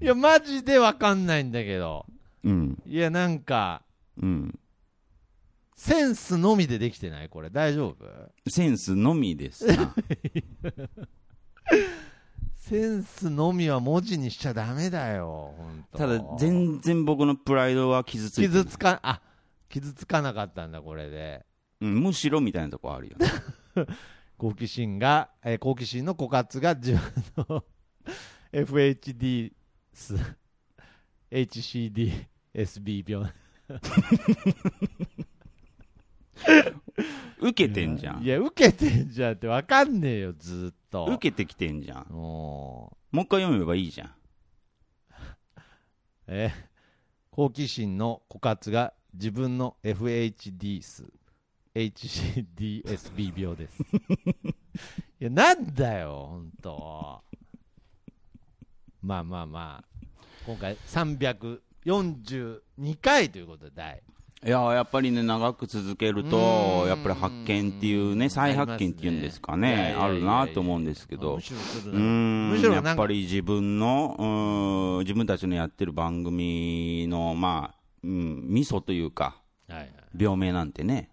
Speaker 3: いや、マジでわかんないんだけど。
Speaker 4: うん、
Speaker 3: いや、なんか、
Speaker 4: うん。
Speaker 3: センスのみでできてないこれ、大丈夫
Speaker 4: センスのみです な。
Speaker 3: センスのみは文字にしちゃダメだよ、ほんと
Speaker 4: ただ、全然僕のプライドは傷ついてる
Speaker 3: 傷つか、あ、傷つかなかったんだ、これで。
Speaker 4: うん、むしろみたいなとこあるよね。
Speaker 3: 好奇心が、えー好奇心の枯渇が自分の FHD す HCD SB 病
Speaker 4: 受けてんじゃ
Speaker 3: い
Speaker 4: ん。
Speaker 3: や受けてんじゃんってわかんねえよずーっと
Speaker 4: 受けてきてんじゃん。
Speaker 3: おー
Speaker 4: もう一回読めばいいじゃん。
Speaker 3: え好奇心の枯渇が自分の FHD す HCDSB 病です いやなんだよほんとまあまあまあ今回342回ということで第
Speaker 4: いややっぱりね、長く続ける
Speaker 3: う
Speaker 4: と
Speaker 3: ーん、
Speaker 4: やっぱり発見っていうね、再発見っていうんですか
Speaker 3: あります
Speaker 4: ね、
Speaker 3: ね
Speaker 4: あるなと思うんですけど
Speaker 3: む、しろする
Speaker 4: うー
Speaker 3: なんむしろな
Speaker 4: や
Speaker 3: ん
Speaker 4: っ
Speaker 3: か
Speaker 4: ぱり自分のうーん自分たちのやってる番組のまあ、うん、味噌というか
Speaker 3: はいはい
Speaker 4: 病名なんてね、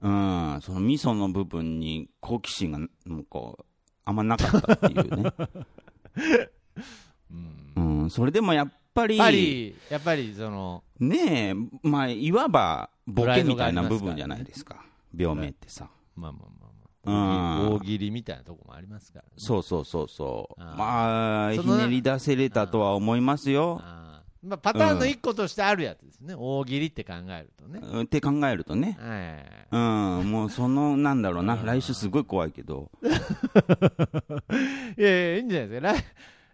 Speaker 4: うんその味噌の部分に好奇心がもうこうあんまなかったっていう ね、うんそれでもやっぱり
Speaker 3: やっぱりやっぱりその
Speaker 4: ねえまあいわばボケみたいな部分じゃないですか病名ってさ。
Speaker 3: まあまあまあまあ
Speaker 4: うん
Speaker 3: 大喜利みたいなとこもありますからね
Speaker 4: そうそうそうそう。
Speaker 3: あー
Speaker 4: まあ、ひ
Speaker 3: その
Speaker 4: ねり出せれたとは思いますよ。
Speaker 3: あーまあ、パターンの一個としてあるやつですね、大喜利って考えるとね、
Speaker 4: うんって考えるとね。
Speaker 3: はい
Speaker 4: うん、もうその、なんだろうな、来週すごい怖いけど、
Speaker 3: いやいやいいんじゃないですか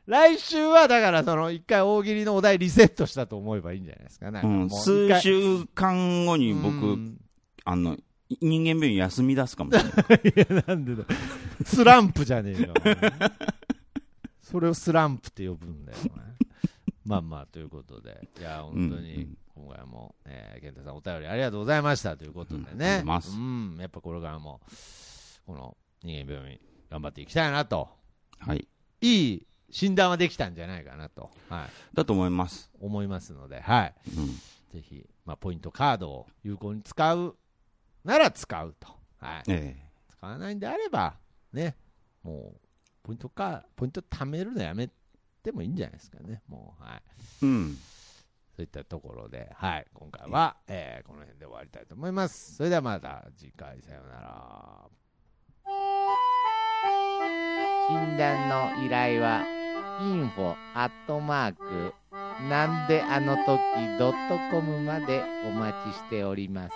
Speaker 3: 来週はだからその一回大喜利のお題リセットしたと思えばいいんじゃないですかね。
Speaker 4: うん、
Speaker 3: もう一回
Speaker 4: 数週間後に僕、
Speaker 3: うん
Speaker 4: あの、い人間病院休み出すかもしれない。
Speaker 3: いやなんでだスランプじゃねえよお前それをスランプって呼ぶんだよお前まあまあということでいや本当
Speaker 4: うんう
Speaker 3: に
Speaker 4: ん
Speaker 3: 今回も、えー、健太さんお便りありがとうございましたということでね、
Speaker 4: うんありがとうございます
Speaker 3: うんやっぱこれからもこの人間病院頑張っていきたいなと
Speaker 4: はい。
Speaker 3: いい診断はできたんじゃないかなと、はい、
Speaker 4: だと思います。
Speaker 3: 思いますので、はい、
Speaker 4: うん
Speaker 3: ぜひ、まあ、ポイントカードを有効に使うなら使うと、はい、
Speaker 4: え
Speaker 3: 使わないんであれば、ね、もう、ポイントか、ポイント貯めるのやめてもいいんじゃないですかね、もう、はい。
Speaker 4: えうん。
Speaker 3: そういったところで、はい、今回は、えーこの辺で終わりたいと思います。それではまた次回、さようなら。
Speaker 5: 診断の依頼は info アットマークなんであの時ドットコムまでお待ちしております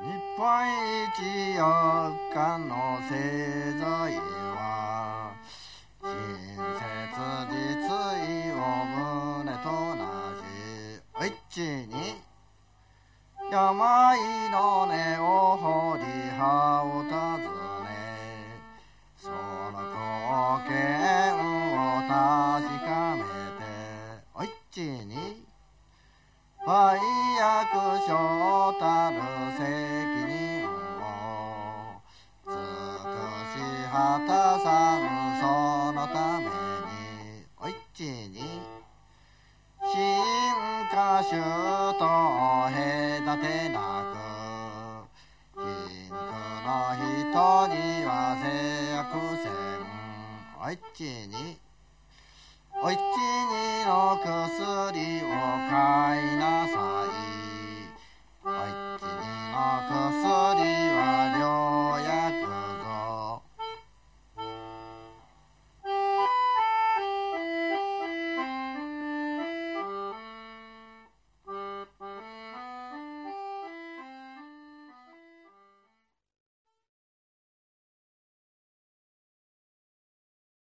Speaker 6: 日本一四日の製材は親切実意を胸と同じ一に病の根を掘り葉を尋ねその貢献を確かめて一に愛役所たる責任を尽くし果たさぬそのためにおいちに進化種と隔てなく貧苦の人には制約せんおいちにおいちにの薬を買いなさいおいちにの薬は